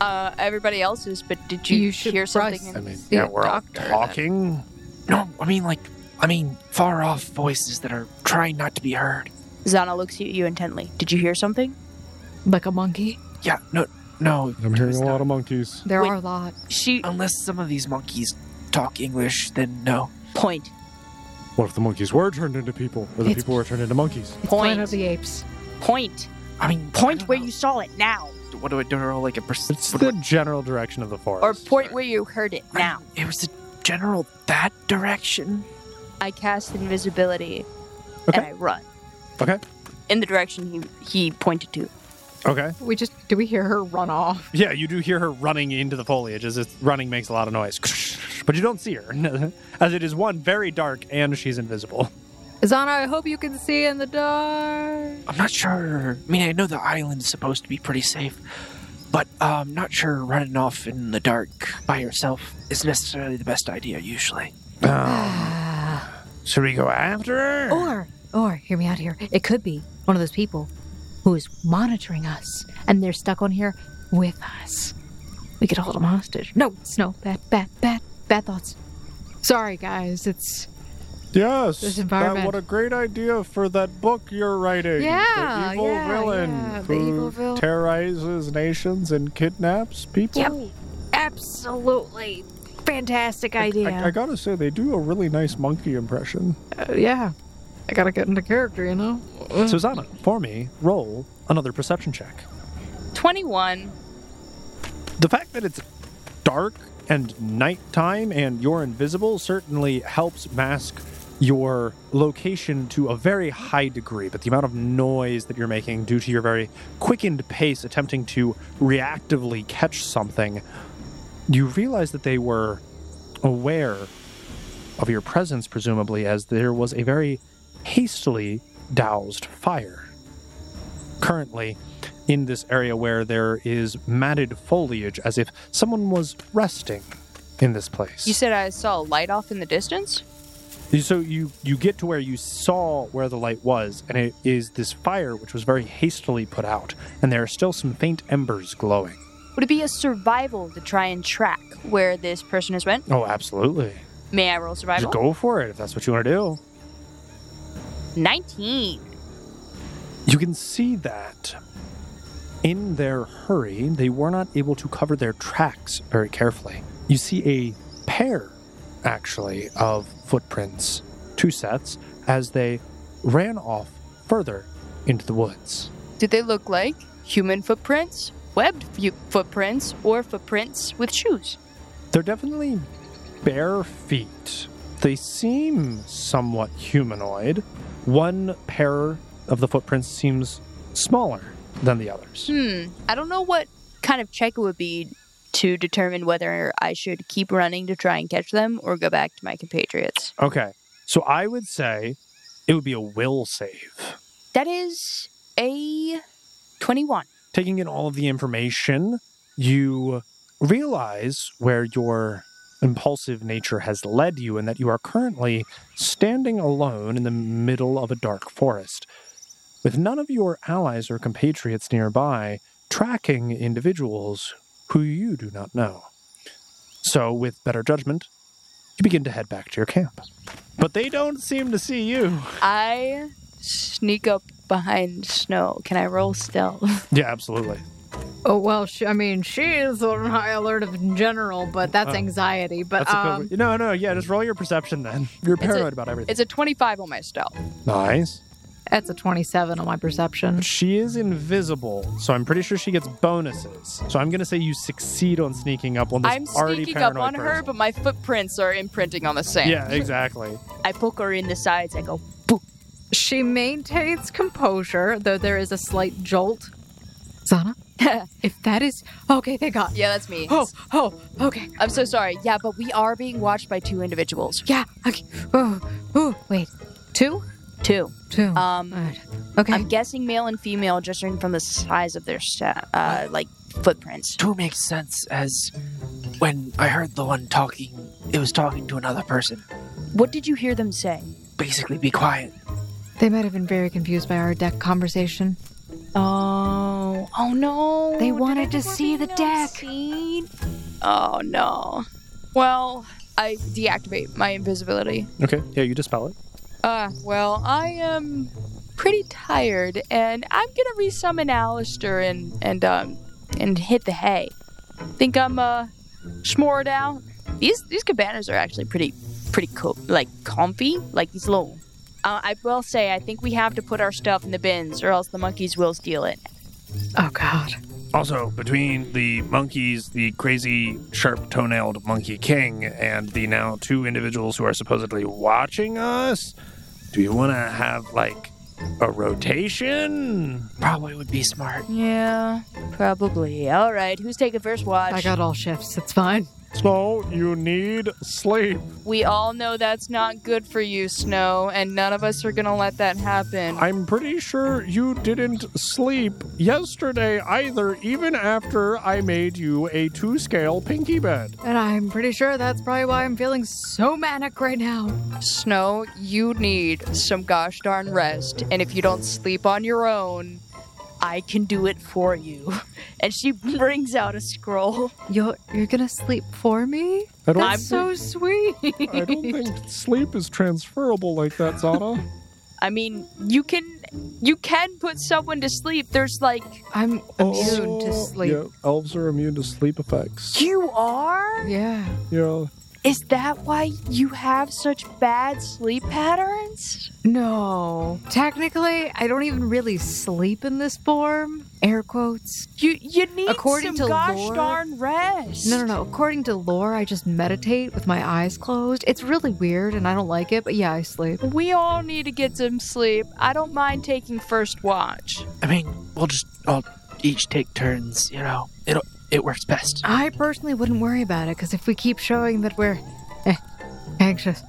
Speaker 6: uh, everybody else's, but did you,
Speaker 2: You should
Speaker 6: hear something?
Speaker 2: price
Speaker 6: in-
Speaker 8: I mean,
Speaker 2: Yeah,
Speaker 8: yeah, we're all
Speaker 6: doctor, then.
Speaker 8: talking.
Speaker 5: No, I mean like, I mean far off voices that are trying not to be heard.
Speaker 12: Zana looks at you intently. Did you hear something?
Speaker 2: Like a monkey?
Speaker 5: Yeah, no, no.
Speaker 10: I'm hearing
Speaker 5: it's
Speaker 10: a lot
Speaker 5: not.
Speaker 10: of monkeys.
Speaker 2: There
Speaker 6: Wait.
Speaker 2: are a lot.
Speaker 6: She
Speaker 12: Oh.
Speaker 5: Unless some of these monkeys talk English, then no.
Speaker 12: Point.
Speaker 10: What if the monkeys were turned into people? Or the
Speaker 2: It's-
Speaker 10: people were turned into monkeys?
Speaker 2: It's
Speaker 12: Point.
Speaker 2: Planet of the Apes.
Speaker 12: Point.
Speaker 5: I mean, I
Speaker 12: Point
Speaker 5: don't
Speaker 12: where
Speaker 5: know.
Speaker 12: you saw it now.
Speaker 5: What do I do? I roll like a perc-
Speaker 8: It's
Speaker 5: what do
Speaker 8: the general direction of the forest.
Speaker 6: or point where you heard it.
Speaker 5: I-
Speaker 12: Now.
Speaker 5: It was the general that direction.
Speaker 6: I cast invisibility
Speaker 8: Okay.
Speaker 6: and I run
Speaker 8: Okay.
Speaker 6: in the direction he he pointed to.
Speaker 8: Okay.
Speaker 2: We just, do we hear her run off?
Speaker 8: Yeah, you do hear her running into the foliage as it's running makes a lot of noise. But you don't see her, as it is one very dark and she's invisible.
Speaker 2: Zana, I hope you can see in the dark.
Speaker 5: I'm not sure. I mean, I know the island is supposed to be pretty safe, but uh, I'm not sure running off in the dark by yourself is necessarily the best idea usually.
Speaker 3: Should we go after her?
Speaker 2: Or, or, hear me out here. It could be one of those people who is monitoring us, and they're stuck on here with us. We could hold them hostage. No, it's no bad, bad, bad, bad thoughts. Sorry, guys. It's
Speaker 10: Yes.
Speaker 2: This
Speaker 10: that-
Speaker 2: environment.
Speaker 10: what a great idea for that book you're writing.
Speaker 2: Yeah,
Speaker 10: The evil
Speaker 2: yeah,
Speaker 10: villain.
Speaker 2: yeah, the
Speaker 10: who
Speaker 2: evil villain.
Speaker 10: Terrorizes nations and kidnaps people.
Speaker 11: Yep. Absolutely fantastic idea.
Speaker 10: I, I gotta say, they do a really nice monkey impression.
Speaker 2: uh, yeah. I gotta get into character, you know.
Speaker 8: Susanna, for me, roll another perception check.
Speaker 6: Twenty one.
Speaker 8: The fact that it's dark and nighttime and you're invisible certainly helps mask your location to a very high degree, but the amount of noise that you're making due to your very quickened pace attempting to reactively catch something, you realize that they were aware of your presence, presumably, as there was a very hastily doused fire. Currently, in this area where there is matted foliage as if someone was resting in this place.
Speaker 6: You said I saw a light off in the distance.
Speaker 8: so you you get to where you saw where the light was and it is this fire which was very hastily put out and there are still some faint embers glowing.
Speaker 6: Would it be a survival to try and track where this person has went?
Speaker 8: Oh, absolutely.
Speaker 6: May I roll survival?
Speaker 8: Just go for it if that's what you want to do.
Speaker 6: Nineteen.
Speaker 8: You can see that in their hurry, they were not able to cover their tracks very carefully. You see a pair, actually, of footprints, two sets, as they ran off further into the woods.
Speaker 6: Did they look like human footprints, webbed fu- footprints, or footprints with shoes?
Speaker 8: They're definitely bare feet. They seem somewhat humanoid. One pair of the footprints seems smaller than the others.
Speaker 6: Hmm. I don't know what kind of check it would be to determine whether I should keep running to try and catch them or go back to my compatriots.
Speaker 8: Okay. So I would say it would be a will save.
Speaker 6: That is a 21.
Speaker 8: taking in all of the information, you realize where your impulsive nature has led you and that you are currently standing alone in the middle of a dark forest. With none of your allies or compatriots nearby, tracking individuals who you do not know. So, with better judgment, you begin to head back to your camp. But they don't seem to see you.
Speaker 6: I sneak up behind snow. Can I roll stealth?
Speaker 8: Yeah, absolutely.
Speaker 2: Oh well, she, I mean, she is on high alert in general, but that's anxiety. But
Speaker 8: Oh. That's a
Speaker 2: um,
Speaker 8: good. No, no, yeah, just roll your perception then. You're
Speaker 6: a-
Speaker 8: paranoid about everything.
Speaker 6: It's a 25 on my stealth.
Speaker 8: Nice.
Speaker 2: that's a twenty-seven on my perception.
Speaker 8: She is invisible, so I'm pretty sure she gets bonuses. So I'm gonna say you succeed on sneaking up on this
Speaker 6: I'm
Speaker 8: already
Speaker 6: sneaking up on
Speaker 8: paranoid
Speaker 6: her,
Speaker 8: person.
Speaker 6: but my footprints are imprinting on the sand.
Speaker 8: yeah, exactly.
Speaker 6: I poke her in the sides. I go,
Speaker 2: She maintains composure, though there is a slight jolt. Zana, if that is okay, they got.
Speaker 6: yeah, that's me.
Speaker 2: Oh, oh, okay,
Speaker 6: I'm so sorry. Yeah, but we are being watched by two individuals.
Speaker 2: yeah, okay. Oh, oh, wait, two,
Speaker 6: Two.
Speaker 2: two.
Speaker 6: Um,
Speaker 2: Alright. okay,
Speaker 6: I'm guessing male and female, judging from the size of their sta- uh, like footprints.
Speaker 5: Two makes sense as when I heard the one talking, it was talking to another person.
Speaker 12: What did you hear them say?
Speaker 5: Basically, be quiet.
Speaker 2: they might have been very confused by our deck conversation.
Speaker 12: Oh, oh no.
Speaker 11: They
Speaker 12: Did
Speaker 11: wanted
Speaker 12: I
Speaker 11: to
Speaker 12: think we're
Speaker 11: see the
Speaker 12: being
Speaker 11: deck.
Speaker 12: unseen?
Speaker 6: Oh no. Well, I deactivate my invisibility.
Speaker 8: Okay, yeah, you dispel it.
Speaker 6: Uh, well, I am pretty tired, and I'm gonna resummon Alistair and and um and hit the hay. Think I'm uh smored out. These these cabanas are actually pretty pretty cool, like comfy, like these little. Uh, I will say, I think we have to put our stuff in the bins, or else the monkeys will steal it.
Speaker 2: Oh God.
Speaker 3: Also, between the monkeys, the crazy sharp toenailed monkey king, and the now two individuals who are supposedly watching us, do you want to have like a rotation?
Speaker 5: Probably would be smart.
Speaker 6: Yeah, probably. All right, who's taking first watch?
Speaker 2: I got all shifts. It's fine.
Speaker 8: So you need sleep.
Speaker 6: We all know that's not good for you, Snow, and none of us are gonna let that happen.
Speaker 8: I'm pretty sure you didn't sleep yesterday either, even after I made you a two scale pinky bed.
Speaker 2: And I'm pretty sure that's probably why I'm feeling so manic right now.
Speaker 6: Snow, you need some gosh darn rest, and if you don't sleep on your own,
Speaker 12: I can do it for you. And she brings out a scroll.
Speaker 2: You're you're gonna sleep for me?
Speaker 8: I don't,
Speaker 2: That's so sweet.
Speaker 8: I don't think sleep is transferable like that, Zana.
Speaker 6: I mean, you can you can put someone to sleep. There's like
Speaker 2: I'm immune to
Speaker 8: Oh,
Speaker 2: sleep.
Speaker 8: Yeah, elves are immune to sleep effects.
Speaker 12: You are?
Speaker 2: Yeah.
Speaker 8: Yeah.
Speaker 12: Is that why you have such bad sleep patterns?
Speaker 2: No. Technically, I don't even really sleep in this form. Air quotes.
Speaker 12: You you need
Speaker 2: According
Speaker 12: some
Speaker 2: to
Speaker 12: gosh
Speaker 2: lore-
Speaker 12: darn rest.
Speaker 2: No, no, no. According to lore, I just meditate with my eyes closed. It's really weird and I don't like it, but yeah, I sleep.
Speaker 6: we all need to get some sleep. I don't mind taking first watch.
Speaker 5: I mean, we'll just all each take turns. You know, it will it works best.
Speaker 2: I personally wouldn't worry about it because if we keep showing that we're eh, anxious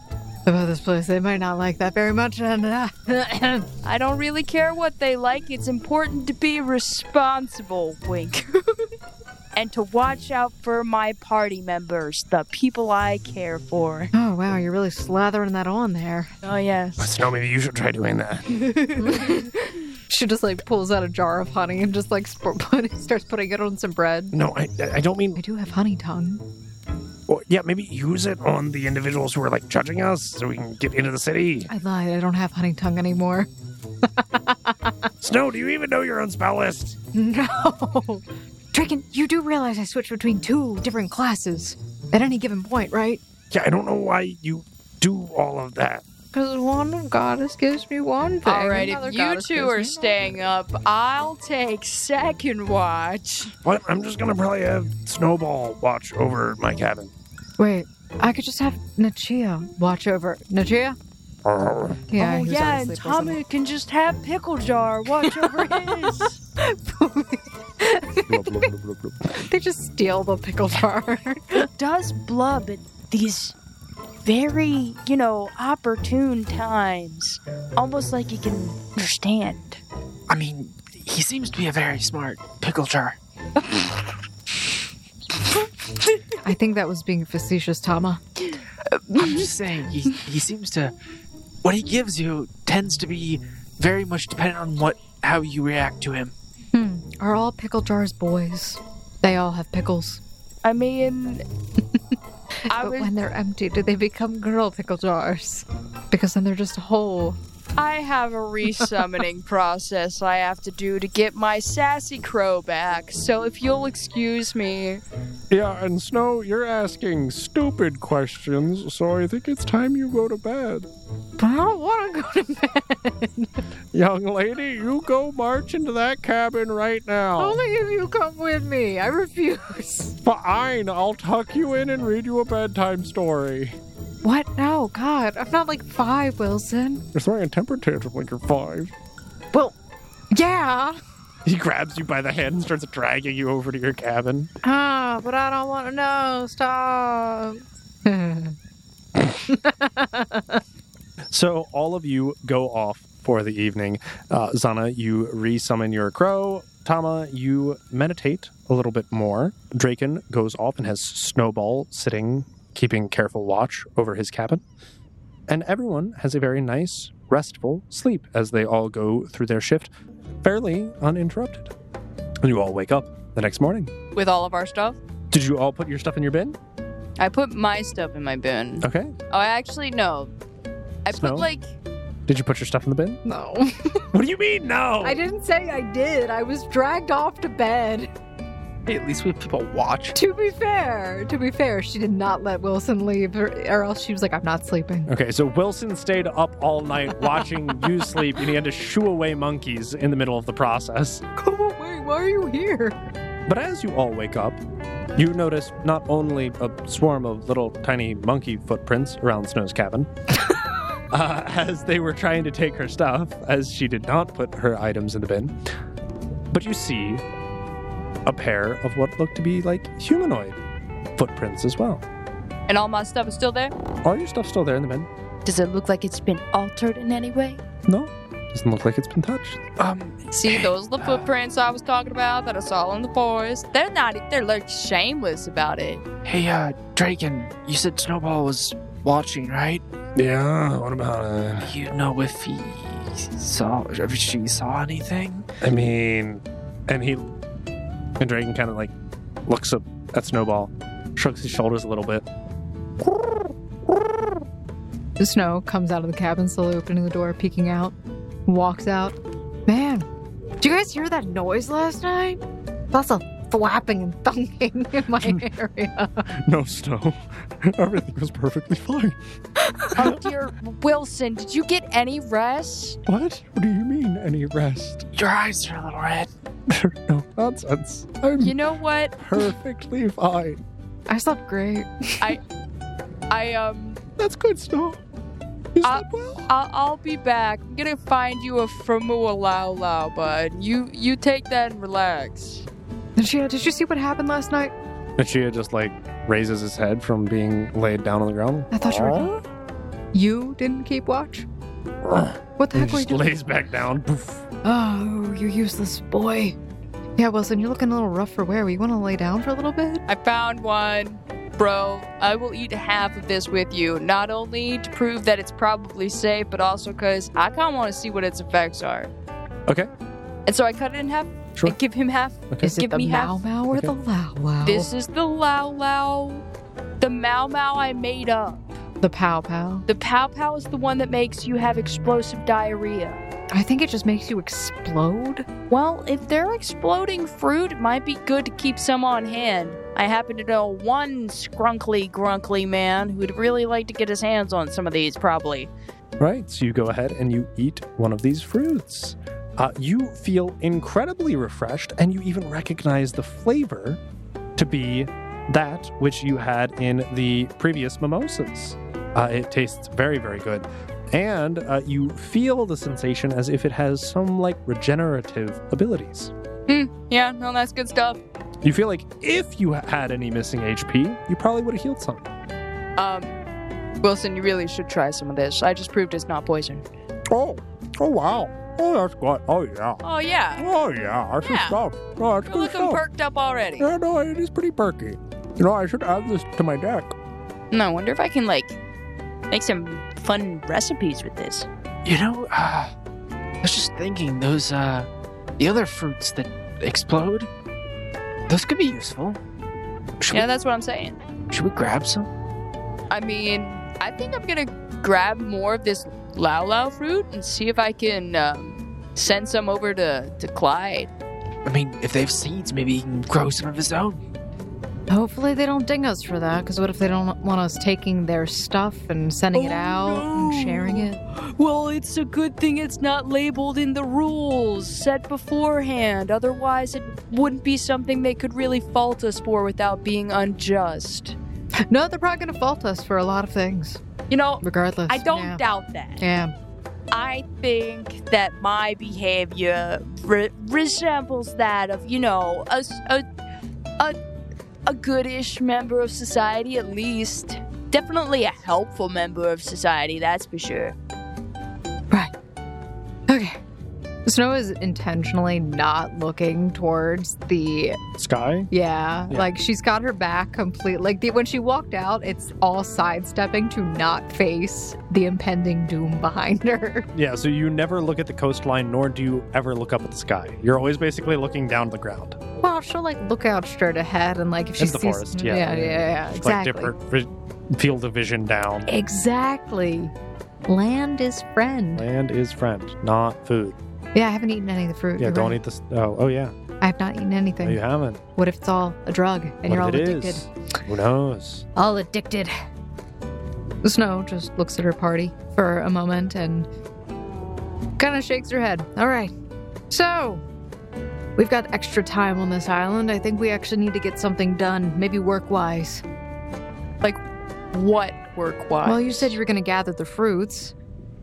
Speaker 2: about this place, they might not like that very much. And uh,
Speaker 6: I don't really care what they like. It's important to be responsible, wink.
Speaker 12: And to watch out for my party members, the people I care for.
Speaker 2: oh wow, you're really slathering that on there.
Speaker 12: Oh yes.
Speaker 3: Snow, maybe you should try doing that.
Speaker 2: She just like pulls out a jar of honey and just like sp- put- starts putting it on some bread.
Speaker 3: No, I, I don't mean.
Speaker 2: I do have honey tongue.
Speaker 3: Well, yeah, maybe use it on the individuals who are like judging us so we can get into the city.
Speaker 2: I lied. I don't have honey tongue anymore.
Speaker 3: Snow, do you even know your own spell list?
Speaker 2: No, Draken, you do realize I switch between two different classes at any given point, right?
Speaker 3: Yeah, I don't know why you do all of that.
Speaker 2: Because one goddess gives me one thing.
Speaker 6: All right,
Speaker 2: another
Speaker 6: if you
Speaker 2: goddess
Speaker 6: two
Speaker 2: gives
Speaker 6: are
Speaker 2: me
Speaker 6: staying up, I'll take second watch.
Speaker 3: What? I'm just gonna probably have Snowball watch over my cabin.
Speaker 2: Wait, I could just have Nachia watch over. Nachia? Yeah,
Speaker 6: oh
Speaker 2: he's
Speaker 6: yeah,
Speaker 2: already
Speaker 6: and
Speaker 2: asleep, wasn't
Speaker 6: Tommy can just have pickle jar watch over his.
Speaker 2: he? They just steal the pickle jar.
Speaker 12: It does blub at these very, you know, opportune times. Almost like you can understand.
Speaker 5: I mean, he seems to be a very smart pickle jar.
Speaker 2: I think that was being facetious, Tama.
Speaker 5: I'm just saying, he, he seems to. What he gives you tends to be very much dependent on what how you react to him.
Speaker 2: Are all pickle jars boys? They all have pickles.
Speaker 12: I mean, I
Speaker 2: but
Speaker 12: was,
Speaker 2: when they're empty, do they become girl pickle jars? Because then they're just whole.
Speaker 6: I have a resummoning process I have to do to get my sassy crow back. So if you'll excuse me,
Speaker 10: Yeah, and Snow, you're asking stupid questions, so I think it's time you go to bed.
Speaker 2: But I don't want to go to bed.
Speaker 10: Young lady, you go march into that cabin right now.
Speaker 2: Only if you come with me. I refuse.
Speaker 10: Fine, I'll tuck you in and read you a bedtime story.
Speaker 2: What? No, God. I'm not like five, Wilson.
Speaker 10: You're throwing a temper tantrum when you're five.
Speaker 2: Yeah.
Speaker 10: He grabs you by the hand and starts dragging you over to your cabin.
Speaker 2: Ah, but I don't want to know. Stop.
Speaker 8: So all of you go off for the evening. Uh, Zana, you resummon your crow. Tama, you meditate a little bit more. Draken goes off and has Snowball sitting, keeping careful watch over his cabin. And everyone has a very nice, restful sleep as they all go through their shift fairly uninterrupted. And you all wake up the next morning.
Speaker 6: with all of our stuff,
Speaker 8: Did you all put your stuff in your bin?
Speaker 6: I put my stuff in my bin.
Speaker 8: Okay.
Speaker 6: Oh, I actually no. I
Speaker 8: Uh, Snow?
Speaker 6: put like
Speaker 8: Did you put your stuff in the bin?
Speaker 2: no.
Speaker 3: What do you mean, no?
Speaker 2: I didn't say I did. I was dragged off to bed.
Speaker 5: At least we people watch.
Speaker 2: To be fair, to be fair, she did not let Wilson leave, or, or else she was like, I'm not sleeping.
Speaker 8: Okay, so Wilson stayed up all night watching you sleep, and he had to shoo away monkeys in the middle of the process.
Speaker 2: Come away. Why are you here?
Speaker 8: But as you all wake up, you notice not only a swarm of little tiny monkey footprints around Snow's cabin, uh, as they were trying to take her stuff, as she did not put her items in the bin, but you see a pair of what look to be like humanoid footprints as well.
Speaker 6: and all my stuff is still there.
Speaker 8: All your stuff's still there in the bin?
Speaker 12: does it look like it's been altered in any way?
Speaker 8: No, doesn't look like it's been touched.
Speaker 5: Um,
Speaker 6: See, those are the footprints I was talking about that I saw in the forest. They're not. e, They're like shameless about it.
Speaker 5: hey, uh, Draken, you said Snowball was watching, right?
Speaker 3: Yeah, what
Speaker 8: uh,
Speaker 3: about it?
Speaker 5: You know if he saw, if she saw anything?
Speaker 8: I mean, and he and Dragon kind of like looks up at Snowball, shrugs his shoulders a little bit.
Speaker 2: The snow comes out of the cabin, slowly opening the door, peeking out, walks out. Man, do you guys hear that noise last night? That's a flapping and thunking in my area.
Speaker 10: No, Snow. Everything was perfectly fine.
Speaker 6: Oh dear, Wilson, did you get any rest?
Speaker 10: What? What do you mean, any rest?
Speaker 5: Your eyes are a little red.
Speaker 10: no nonsense. I'm
Speaker 6: You know what?
Speaker 10: perfectly fine.
Speaker 2: I slept great.
Speaker 6: I um,
Speaker 10: That's good, Snow. You
Speaker 6: Uh,
Speaker 10: slept well?
Speaker 6: I'll, I'll be back. I'm gonna find you a Fromua Lao Lao, bud. You you take that and relax.
Speaker 2: Nachia, did you see what happened last night?
Speaker 8: Machia just like raises his head from being laid down on the ground.
Speaker 2: I thought you were. gone. You didn't keep watch? What the
Speaker 8: He
Speaker 2: heck were you
Speaker 8: just
Speaker 2: doing?
Speaker 8: lays back down. Poof.
Speaker 2: Oh, you useless boy. Yeah, Wilson, you're looking a little rough for wear. You want to lay down for a little bit?
Speaker 6: I found one. Bro, I will eat half of this with you, not only to prove that it's probably safe, but also because I kind of want to see what its effects are.
Speaker 8: Okay.
Speaker 6: And so I cut it in half.
Speaker 8: Sure.
Speaker 6: I give him half.
Speaker 8: Okay.
Speaker 2: Is it
Speaker 6: Give
Speaker 2: the
Speaker 6: me half.
Speaker 2: Mau Mau or the Lao Lao?
Speaker 6: This is the Lao Lao. The Mau Mau I made up.
Speaker 2: The Pow Pow.
Speaker 6: The Pow Pow is the one that makes you have explosive diarrhea.
Speaker 2: I think it just makes you explode.
Speaker 6: Well, if they're exploding fruit, it might be good to keep some on hand. I happen to know one scrunkly grunkly man who'd really like to get his hands on some of these, probably.
Speaker 8: Right, so you go ahead and you eat one of these fruits. Uh, you feel incredibly refreshed, and you even recognize the flavor to be that which you had in the previous mimosas. Uh, it tastes very, very good. And uh, you feel the sensation as if it has some like regenerative abilities.
Speaker 6: Yeah, no, that's good stuff.
Speaker 8: You feel like if you had any missing HP, you probably would have healed some.
Speaker 6: Um, Wilson, you really should try some of this. I just proved it's not poison.
Speaker 3: Oh, oh wow. Oh, that's good. Oh, yeah.
Speaker 6: Oh yeah,
Speaker 3: Oh, yeah.
Speaker 6: Yeah.
Speaker 3: That's good stuff. Oh, that's
Speaker 6: you're
Speaker 3: good
Speaker 6: looking
Speaker 3: stuff.
Speaker 6: perked up already.
Speaker 3: yeah, no, it is pretty perky. You know, I should add this to my deck.
Speaker 6: No, I wonder if I can like make some fun recipes with this.
Speaker 5: You know, uh, I was just thinking those uh, the other fruits that explode. Those could be useful. Should,
Speaker 6: Yeah, that's what I'm saying.
Speaker 5: we, should we grab some?
Speaker 6: I mean, I think I'm gonna grab more of this Lao Lao fruit and see if I can um, send some over to, to Clyde.
Speaker 5: I mean, if they have seeds, maybe he can grow some of his own.
Speaker 2: Hopefully they don't ding us for that, because what if they don't want us taking their stuff and sending it
Speaker 6: Oh,
Speaker 2: out
Speaker 6: no.
Speaker 2: and sharing it?
Speaker 12: Well, it's a good thing it's not labeled in the rules
Speaker 6: Set beforehand, otherwise, it wouldn't be something they could really fault us for without being unjust.
Speaker 2: No, they're probably going to fault us for a lot of things,
Speaker 12: You know,
Speaker 2: regardless.
Speaker 12: I don't
Speaker 2: Yeah.
Speaker 12: doubt that.
Speaker 2: Yeah.
Speaker 12: I think that my behavior re- resembles that of, you know, a, s- a, a,
Speaker 6: A goodish member of society, at least.
Speaker 12: definitely a helpful member of society, that's for sure.
Speaker 2: Okay. Snow is intentionally not looking towards the
Speaker 10: Sky?
Speaker 2: yeah, like she's got her back complete. Like the, when she walked out, it's all sidestepping to not face the impending doom behind her.
Speaker 8: Yeah, so you never look at the coastline, nor do you ever look up at the sky. You're always basically looking down to the ground.
Speaker 2: Well, she'll like look out straight ahead and like if she
Speaker 8: In the
Speaker 2: sees
Speaker 8: forest, yeah.
Speaker 2: yeah, yeah, yeah,
Speaker 8: It's
Speaker 2: exactly.
Speaker 8: like different vi- field of vision down.
Speaker 2: Exactly. Land is friend.
Speaker 8: Land is friend, not food.
Speaker 2: Yeah, I haven't eaten any of the fruit.
Speaker 8: Yeah,
Speaker 2: You're
Speaker 8: don't
Speaker 2: right.
Speaker 8: eat this. Oh, oh yeah.
Speaker 2: I have not eaten anything.
Speaker 8: No, you haven't.
Speaker 2: What if it's all a drug and
Speaker 8: what
Speaker 2: you're all
Speaker 8: if it
Speaker 2: addicted?
Speaker 8: is? Who knows?
Speaker 2: All addicted. Snow just looks at her party for a moment and kind of shakes her head. All right. So, we've got extra time on this island. I think we actually need to get something done, maybe work wise.
Speaker 6: What work wise?
Speaker 2: Well, you said you were going to gather the fruits.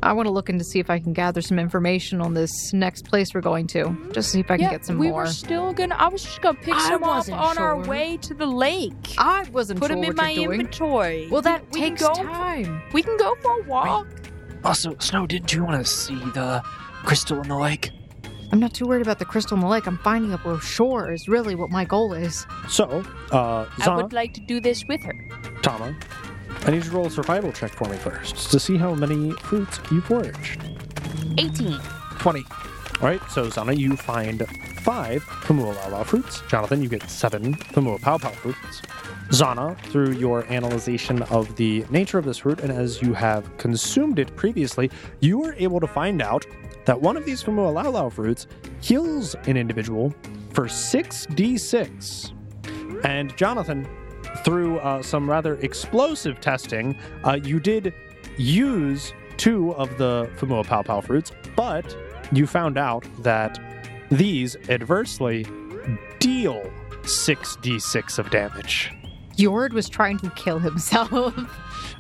Speaker 2: I want to look into see if I can gather some information on this next place we're going to. Just see if I can
Speaker 6: yeah,
Speaker 2: get some
Speaker 6: we
Speaker 2: more.
Speaker 6: were still gonna. I was just gonna pick
Speaker 2: I
Speaker 6: some up
Speaker 2: wasn't
Speaker 6: on our
Speaker 2: sure.
Speaker 6: way to the lake.
Speaker 2: I wasn't
Speaker 12: Put
Speaker 2: sure
Speaker 12: them in
Speaker 2: what
Speaker 12: my
Speaker 2: you're doing.
Speaker 12: inventory.
Speaker 2: Well, that
Speaker 12: We can
Speaker 2: takes
Speaker 12: go-
Speaker 2: time.
Speaker 6: We can go for a walk.
Speaker 5: Also, Snow, didn't you want to see the crystal in the lake?
Speaker 2: I'm not too worried about the crystal in the lake. I'm finding up a shore is really what my goal is.
Speaker 8: So, uh,
Speaker 12: I
Speaker 8: Zana,
Speaker 12: would like to do this with her.
Speaker 8: Tama, I need you to roll a survival check for me first to see how many fruits you foraged.
Speaker 12: 18.
Speaker 5: Twenty.
Speaker 8: All right, so Zana, you find five Pamua Lala fruits. Jonathan, you get seven Pamua Pow Pow fruits. Zana, through your analyzation of the nature of this fruit and as you have consumed it previously, you are able to find out that one of these Pamua Lala fruits heals an individual for 6d6. And Jonathan, through uh, some rather explosive testing, uh, you did use two of the Famua Pow Pow fruits, but you found out that these adversely deal 6d6 of damage.
Speaker 2: Yord was trying to kill himself.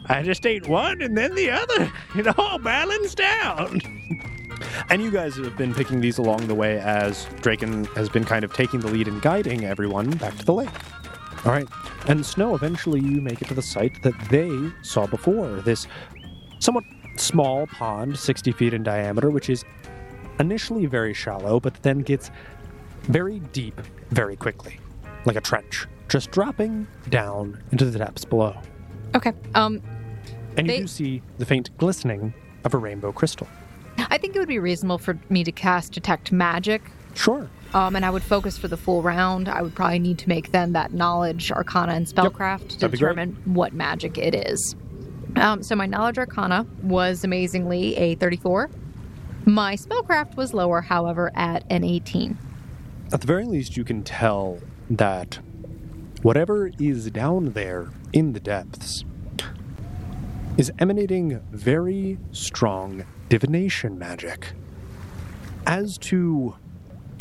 Speaker 8: I just ate one and then the other. It all balanced out. And you guys have been picking these along the way as Draken has been kind of taking the lead and guiding everyone back to the lake. All right. And Snow, eventually you make it to the site that they saw before this somewhat small pond, 60 feet in diameter, which is initially very shallow, but then gets very deep very quickly, like a trench, just dropping down into the depths below.
Speaker 2: okay. Um,
Speaker 8: And you
Speaker 2: They-
Speaker 8: do see the faint glistening of a rainbow crystal.
Speaker 2: I think it would be reasonable for me to cast detect magic.
Speaker 8: Sure.
Speaker 2: Um, and I would focus for the full round. I would probably need to make then that knowledge arcana and spellcraft to
Speaker 8: That'd be great.
Speaker 2: determine what magic it is. Um, so my knowledge arcana was amazingly a 34. My spellcraft was lower, however, at an 18.
Speaker 8: At the very least, you can tell that whatever is down there in the depths is emanating very strong divination magic. As to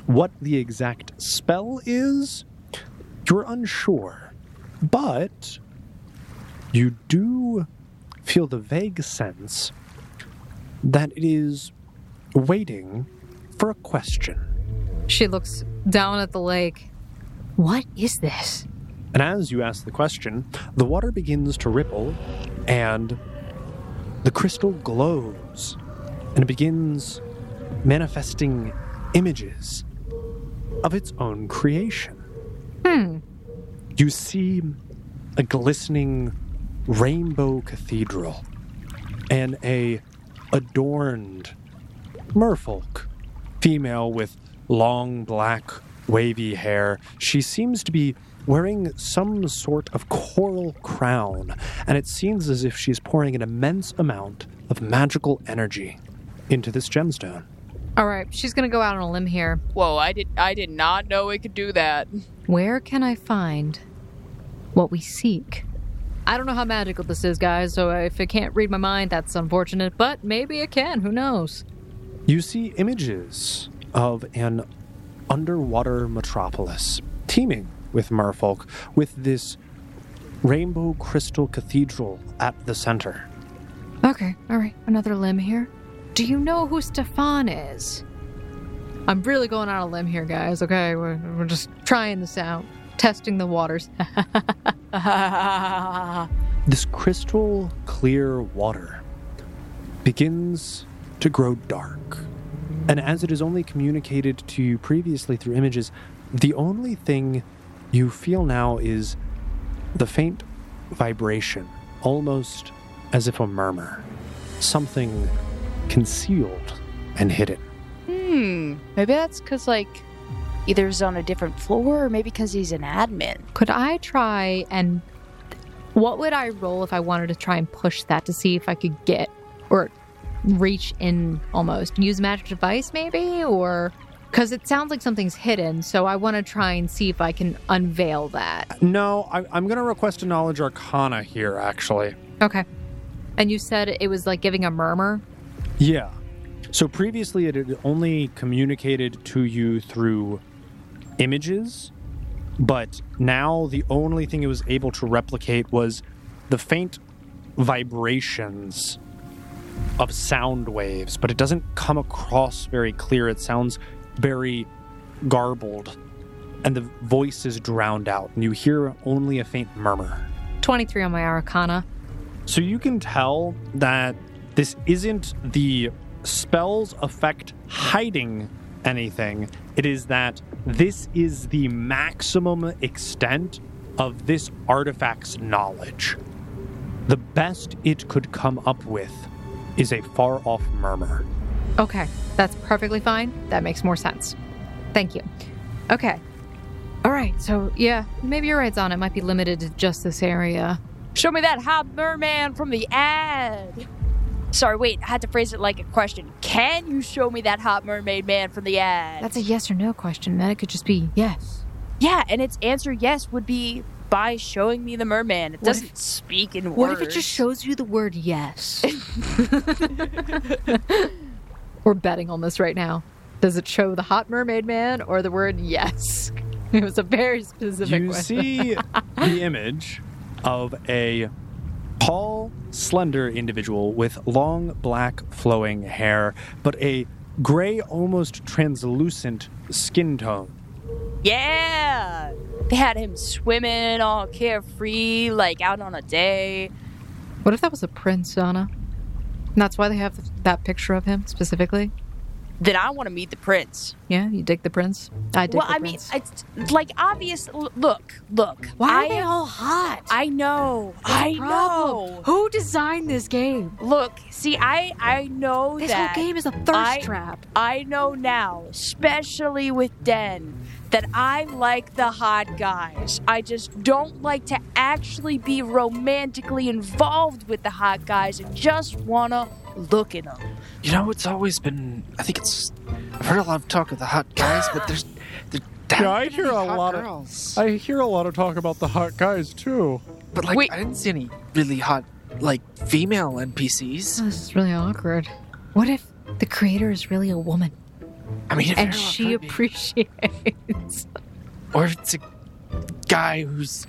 Speaker 8: what the exact spell is, you're unsure, but you do feel the vague sense that it is waiting for a question.
Speaker 2: She looks down at the lake. What is this?
Speaker 8: And as you ask the question, the water begins to ripple and the crystal glows and it begins manifesting images of its own creation. You see a glistening rainbow cathedral and a adorned merfolk female with long black wavy hair. She seems to be wearing some sort of coral crown, and it seems as if she's pouring an immense amount of magical energy into this gemstone.
Speaker 2: All right, she's going to go out on a limb here.
Speaker 6: Whoa, I did I did not know it could do that.
Speaker 2: Where can I find what we seek? I don't know how magical this is, guys, so if it can't read my mind, that's unfortunate, but maybe it can. Who knows?
Speaker 8: You see images of an underwater metropolis teeming with merfolk, with this rainbow crystal cathedral at the center.
Speaker 2: Okay, all right, another limb here. Do you know who Stefan is? I'm really going on a limb here, guys, okay? We're, we're just trying this out, testing the waters.
Speaker 8: This crystal clear water begins to grow dark. And as it is only communicated to you previously through images, the only thing you feel now is the faint vibration, almost as if a murmur, something concealed and hidden.
Speaker 6: Hmm. Maybe that's because like
Speaker 12: Either he's on a different floor or maybe because he's an admin.
Speaker 2: Could I try and what would I roll if I wanted to try and push that to see if I could get or reach in almost use magic device maybe or because it sounds like something's hidden, so I want to try and see if I can unveil that.
Speaker 8: No, I, I'm going to request a knowledge arcana here, actually.
Speaker 2: Okay. And you said it was like giving a murmur.
Speaker 8: Yeah. So previously, it had only communicated to you through images, but now the only thing it was able to replicate was the faint vibrations of sound waves, but it doesn't come across very clear. It sounds very garbled, and the voice is drowned out, and you hear only a faint murmur.
Speaker 2: 23 on my Arcana.
Speaker 8: So you can tell that this isn't the spell's effect hiding anything. It is that this is the maximum extent of this artifact's knowledge. The best it could come up with is a far off murmur.
Speaker 2: Okay, that's perfectly fine. That makes more sense. Thank you. Okay. All right, so yeah, maybe you're right, on It might be limited to just this area.
Speaker 12: Show me that hot merman from the ad. Sorry, wait, I had to phrase it like a question. Can you show me that hot mermaid man from the ad?
Speaker 2: That's a yes or no question. Then it could just be yes.
Speaker 12: yeah, and its answer yes would be by showing me the merman. It
Speaker 2: What
Speaker 12: doesn't speak in
Speaker 2: What
Speaker 12: words.
Speaker 2: if it just shows you the word yes? We're betting on this right now. Does it show the hot mermaid man or the word yes? It was a very specific
Speaker 8: You
Speaker 2: question.
Speaker 8: see the image of a tall, slender individual with long, black, flowing hair, but a gray, almost translucent skin tone.
Speaker 12: Yeah! They had him swimming all carefree, like out on a day.
Speaker 2: What if that was a prince, Anna? And that's why they have that picture of him specifically?
Speaker 12: Then I want to meet the prince.
Speaker 2: Yeah, you dig the prince? I dig
Speaker 12: well,
Speaker 2: the
Speaker 12: I
Speaker 2: prince.
Speaker 12: mean, it's like obvious. l- Look, look.
Speaker 11: Why are
Speaker 12: I,
Speaker 11: they all hot?
Speaker 12: I know. I
Speaker 11: Problem.
Speaker 12: know.
Speaker 11: Who designed this game?
Speaker 12: Look, see, I I know
Speaker 11: This
Speaker 12: that.
Speaker 11: whole game is a thirst
Speaker 12: I-
Speaker 11: trap.
Speaker 12: I know now, especially with Den, that I like the hot guys. I just don't like to actually be romantically involved with the hot guys and just wanna look at them.
Speaker 5: You know, it's always been. I think it's. I've heard a lot of talk of the hot guys, but there's. there- there
Speaker 10: Yeah, I
Speaker 5: haven't been
Speaker 10: hear
Speaker 5: any
Speaker 10: a
Speaker 5: hot
Speaker 10: lot of-
Speaker 5: girls.
Speaker 10: I hear a lot of talk about the hot guys too.
Speaker 5: But like,
Speaker 6: Wait.
Speaker 5: I didn't see any really hot like female NPCs.
Speaker 2: Oh, This is really awkward. What if the creator is really a woman
Speaker 5: I mean, it very
Speaker 2: and
Speaker 5: well
Speaker 2: she
Speaker 5: could be.
Speaker 2: appreciates?
Speaker 5: or if it's a guy who's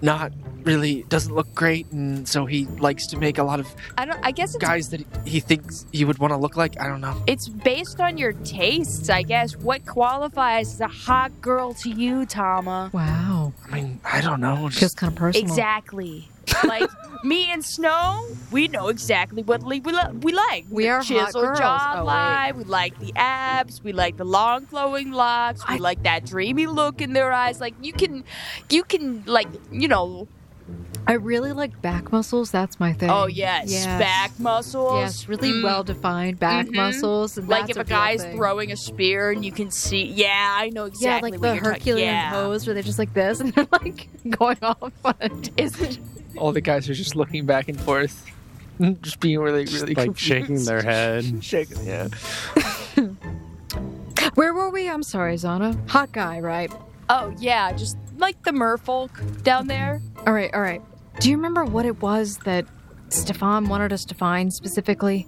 Speaker 5: not really doesn't look great, and so he likes to make a lot of
Speaker 6: I don't. I guess it's
Speaker 5: guys that he thinks he would want to look like. I don't know.
Speaker 12: It's based on your tastes, I guess. What qualifies as a hot girl to you, Tama?
Speaker 2: Wow,
Speaker 5: I mean, I don't know. Just,
Speaker 2: feels kind of personal.
Speaker 12: Exactly. like me and Snow, we know exactly what li- we, lo- we like.
Speaker 1: We
Speaker 12: The
Speaker 1: are hot
Speaker 12: chisel
Speaker 1: girls.
Speaker 12: jawline.
Speaker 1: Oh, wait.
Speaker 12: We like the abs. We like the long flowing locks. We like that dreamy look in their eyes. Like you can, you can like you know.
Speaker 2: I really like back muscles. That's my thing.
Speaker 12: Oh yes,
Speaker 2: Yes.
Speaker 12: back muscles.
Speaker 2: Yes, really
Speaker 12: Mm.
Speaker 2: well defined back
Speaker 12: Mhm.
Speaker 2: muscles. and
Speaker 12: Like
Speaker 2: that's
Speaker 12: if a
Speaker 2: real
Speaker 12: guy's
Speaker 2: thing.
Speaker 12: throwing a spear and you can see, yeah, I know
Speaker 2: Yeah,
Speaker 12: exactly.
Speaker 2: like
Speaker 12: what
Speaker 2: the
Speaker 12: you're talking-
Speaker 2: Herculean
Speaker 12: yeah.
Speaker 2: pose where they're just like this and they're like going off on a tangent.
Speaker 5: all the guys are just looking back and forth, just being really,
Speaker 8: Just,
Speaker 5: really
Speaker 8: like shaking their head.
Speaker 5: shaking. Yeah.
Speaker 2: Where were we? I'm sorry, Zana. Hot guy, right?
Speaker 6: Oh yeah, just like the merfolk down there.
Speaker 2: All right, all right. Do you remember what it was that Stefan wanted us to find specifically?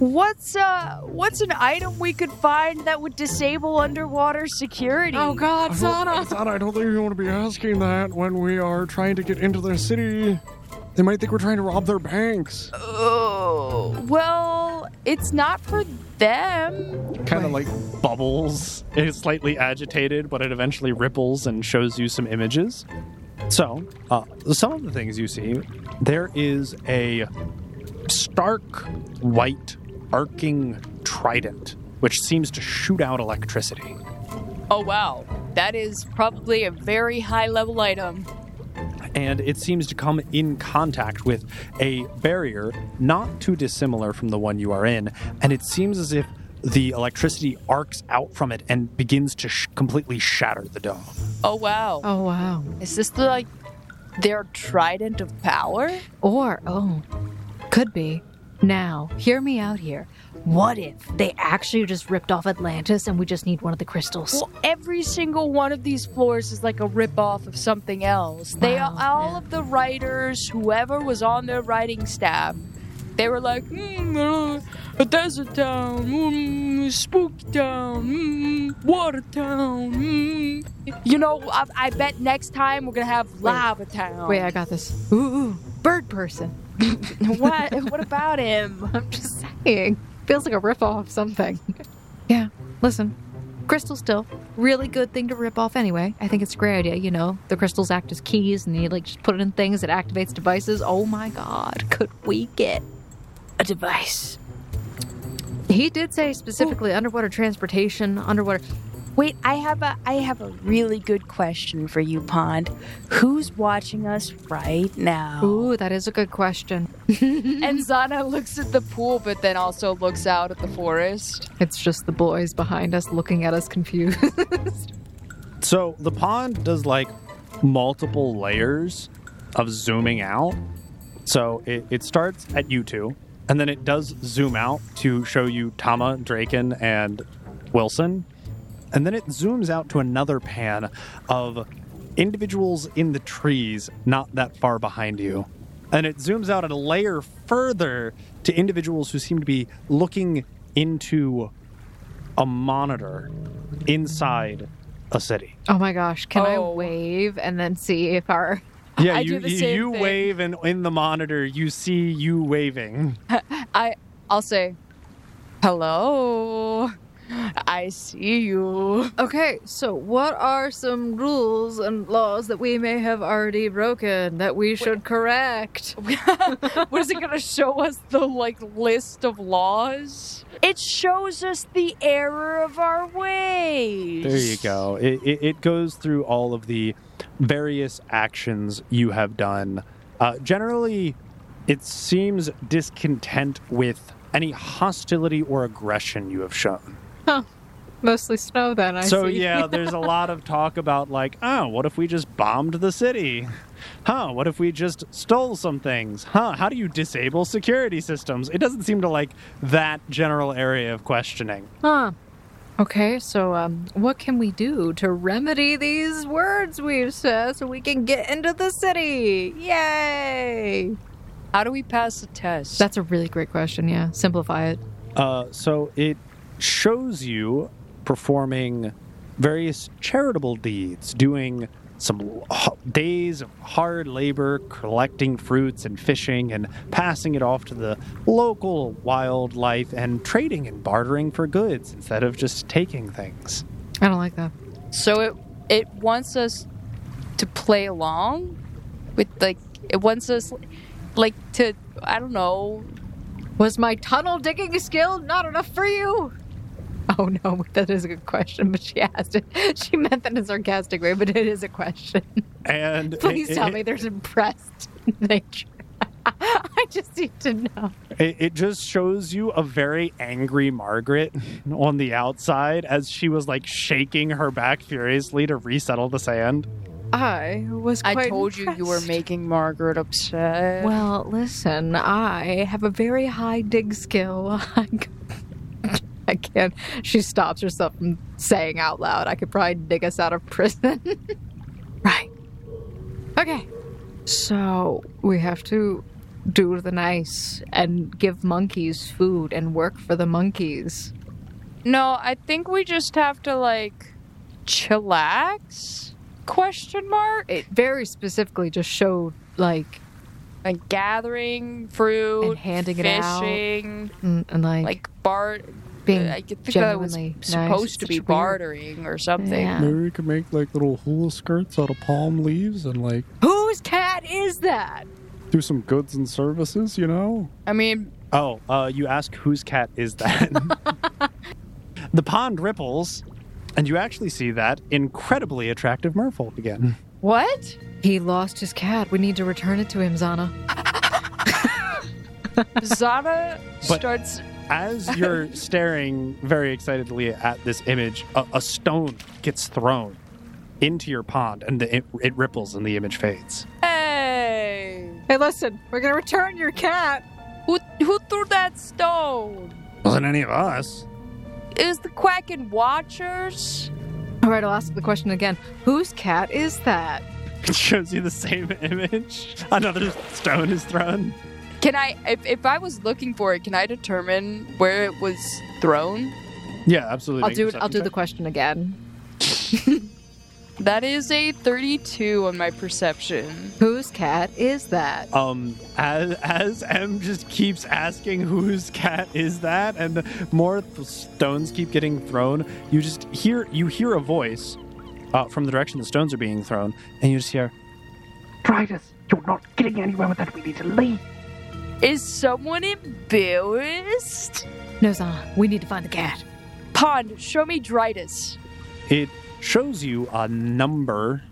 Speaker 12: What's uh what's an item we could find that would disable underwater security?
Speaker 6: Oh,
Speaker 2: God, Zana!
Speaker 10: Zod, I don't think you want to be asking that when we are trying to get into their city. They might think we're trying to rob their banks.
Speaker 12: Oh, well, it's not for them.
Speaker 8: Kind of like bubbles. It's slightly agitated, but it eventually ripples and shows you some images. So, uh, some of the things you see, there is a stark white arcing trident, which seems to shoot out electricity.
Speaker 6: Oh wow, that is probably a very high level item.
Speaker 8: and it seems to come in contact with a barrier not too dissimilar from the one you are in. And it seems as if the electricity arcs out from it and begins to sh- completely shatter the dome.
Speaker 6: Oh wow,
Speaker 2: Oh, wow.
Speaker 6: is this the, like their trident of power?
Speaker 2: Or, oh, could be. Now, hear me out here. What if they actually just ripped off Atlantis and we just need one of the crystals?
Speaker 6: Well, every single one of these floors is like a ripoff of something else. They
Speaker 2: Wow,
Speaker 6: all
Speaker 2: yeah.
Speaker 6: of the writers, whoever was on their writing staff, they were like, mm, uh, a desert town, mm, spook town, mm, water town. Mm. You know, I, I bet next time we're gonna have lava town.
Speaker 2: Wait, I got this. Ooh, ooh, bird person.
Speaker 12: What what about him?
Speaker 2: I'm just saying. Feels like a rip off something. yeah, listen. Crystal still. Really good thing to rip off anyway. I think it's a great idea, you know. The crystals act as keys and you like just put it in things, it activates devices. Oh my god, could we get a device? He did say specifically underwater transportation, underwater
Speaker 12: Wait, I have a I have a really good question for you, Pond. Who's watching us right now?
Speaker 2: Ooh, that is a good question.
Speaker 6: And Zana looks at the pool, but then also looks out at the forest.
Speaker 2: It's just the boys behind us looking at us confused.
Speaker 8: So the pond does like multiple layers of zooming out. So it, it starts at you two, and then it does zoom out to show you Tama, Draken, and Wilson. And then it zooms out to another pan of individuals in the trees not that far behind you. And it zooms out at a layer further to individuals who seem to be looking into a monitor inside a city.
Speaker 2: oh my gosh, can I
Speaker 6: Oh.
Speaker 2: wave and then see if our
Speaker 8: Yeah,
Speaker 6: I
Speaker 8: you,
Speaker 6: do the
Speaker 8: you,
Speaker 6: same
Speaker 8: you
Speaker 6: thing.
Speaker 8: wave, and in the monitor, you see you waving.
Speaker 6: I I'll say hello. I see you.
Speaker 2: Okay, so what are some rules and laws that we may have already broken that we should correct?
Speaker 6: what is it going to show us the like list of laws?
Speaker 12: It shows us the error of our ways.
Speaker 8: There you go. It, it, it goes through all of the various actions you have done. Uh, generally, it seems discontent with any hostility or aggression you have shown.
Speaker 2: Mostly snow, then. I
Speaker 8: so,
Speaker 2: see.
Speaker 8: yeah, there's a lot of talk about, like, oh, what if we just bombed the city? Huh, what if we just stole some things? Huh, how do you disable security systems? It doesn't seem to like that general area of questioning.
Speaker 2: Huh. Okay, so um, what can we do to remedy these words we've said so we can get into the city? Yay!
Speaker 6: How do we pass the test?
Speaker 2: That's a really great question. Yeah, simplify it.
Speaker 8: Uh, so it shows you performing various charitable deeds, doing some h- days of hard labor, collecting fruits and fishing, and passing it off to the local wildlife and trading and bartering for goods instead of just taking things.
Speaker 2: I don't like that.
Speaker 6: So it it wants us to play along with like it wants us like to I don't know.
Speaker 2: Was my tunnel digging skill not enough for you? Oh no, that is a good question, but she asked it. She meant that in a sarcastic way, but it is a question.
Speaker 8: And it-
Speaker 2: Please
Speaker 8: it-
Speaker 2: tell me there's impressed nature. I just need to know.
Speaker 8: It, it just shows you a very angry Margaret on the outside as she was like shaking her back furiously to resettle the sand.
Speaker 1: I was.
Speaker 6: I
Speaker 1: quite
Speaker 6: told you you were
Speaker 1: impressed.
Speaker 6: making Margaret upset.
Speaker 2: Well, listen, I have a very high dig skill. I c- I can't. She stops herself from saying out loud, I could probably dig us out of prison. right. Okay. So we have to do the nice and give monkeys food and work for the monkeys.
Speaker 6: no, I think we just have to like chillax? Question mark?
Speaker 2: It very specifically just showed, like,
Speaker 6: like gathering fruit
Speaker 2: And handing it out.
Speaker 6: fishing,
Speaker 2: n- and like,
Speaker 6: like bar.
Speaker 2: being
Speaker 6: I think that was
Speaker 2: genuinely nice.
Speaker 6: supposed
Speaker 2: It's
Speaker 6: to be
Speaker 2: such weird-
Speaker 6: bartering or something.
Speaker 2: Yeah.
Speaker 10: Maybe we could make like little hula skirts out of palm leaves and like
Speaker 2: Whose cat is that?
Speaker 10: do some goods and services, you know?
Speaker 6: I mean,
Speaker 8: Oh, uh, you ask whose cat is that? the pond ripples, and you actually see that incredibly attractive merfolk
Speaker 10: Hmm.
Speaker 8: again.
Speaker 6: what?
Speaker 2: He lost his cat. We need to return it to him, Zana.
Speaker 6: Zana
Speaker 8: But-
Speaker 6: starts.
Speaker 8: As you're staring very excitedly at this image, a, a stone gets thrown into your pond, and the, it, it ripples, and the image fades.
Speaker 6: Hey,
Speaker 2: Hey, listen, we're gonna return your cat.
Speaker 6: who who threw that stone?
Speaker 3: Wasn't any of us.
Speaker 6: Is the Quacking Watchers?
Speaker 2: All right, I'll ask the question again. Whose cat is that?
Speaker 8: It shows you the same image. Another stone is thrown.
Speaker 6: Can I, if, if I was looking for it, can I determine where it was thrown?
Speaker 8: Yeah, absolutely.
Speaker 2: I'll do it. I'll do the question again.
Speaker 6: That is a 32 on my perception.
Speaker 2: Whose cat is that?
Speaker 3: Oh.
Speaker 8: Um, as as M just keeps asking whose cat is that, and more th- stones keep getting thrown. You just hear you hear a voice uh, from the direction the stones are being thrown, and you just hear
Speaker 19: Tritus, you're not getting anywhere with that. We need to leave.
Speaker 6: Is someone embarrassed?
Speaker 2: No, Zana. We need to find the cat.
Speaker 6: Pond, show me Dritus.
Speaker 8: it shows you a number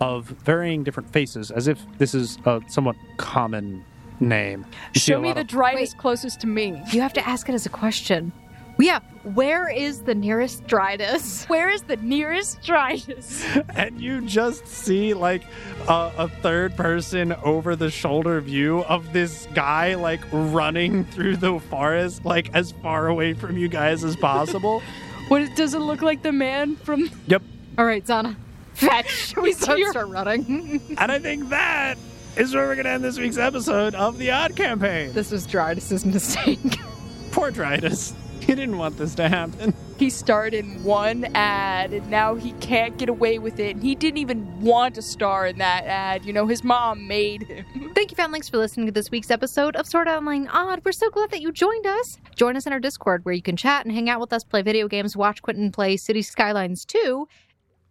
Speaker 8: of varying different faces, as if this is a somewhat common name. You see a
Speaker 6: Show me
Speaker 8: lot
Speaker 6: the
Speaker 8: of-
Speaker 6: Dritus closest to me.
Speaker 2: You have to ask it as a question. Yeah. Where is the nearest Dritus?
Speaker 6: Where is the nearest Dritus?
Speaker 8: and you just see like a, a third person over the shoulder view of this guy like running through the forest like as far away from you guys as possible
Speaker 6: What does it look like? The man from
Speaker 2: All right, Zana. Fetch. we
Speaker 6: He's
Speaker 2: both
Speaker 6: here.
Speaker 2: start running.
Speaker 8: and i think that is where we're gonna end this week's episode of the odd campaign
Speaker 2: this was Dritus's mistake.
Speaker 8: poor dritus he didn't want this to happen
Speaker 6: he starred in one ad and now he can't get away with it. And he didn't even want to star in that ad. You know, his mom made him.
Speaker 2: Thank you, Foundlings, for listening to this week's episode of Sword Art Online Odd. We're so glad that you joined us. Join us in our Discord where you can chat and hang out with us, play video games, watch Quentin play City Skylines 2.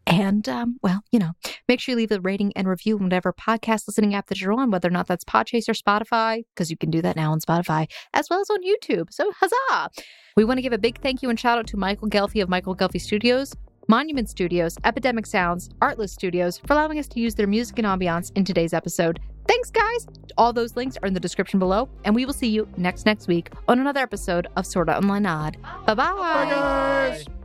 Speaker 2: And, um, well, you know, make sure you leave a rating and review on whatever podcast listening app that you're on, whether or not that's Podchase or Spotify, because you can do that now on Spotify, as well as on YouTube. So, huzzah! We want to give a big thank you and shout out to Michael Gelfi of Michael Gelfi Studios, Monument Studios, Epidemic Sounds, Artless Studios for allowing us to use their music and ambiance in today's episode. Thanks, guys! All those links are in the description below, and we will see you next next week on another episode of Sorta Online Odd. Bye-bye.
Speaker 8: guys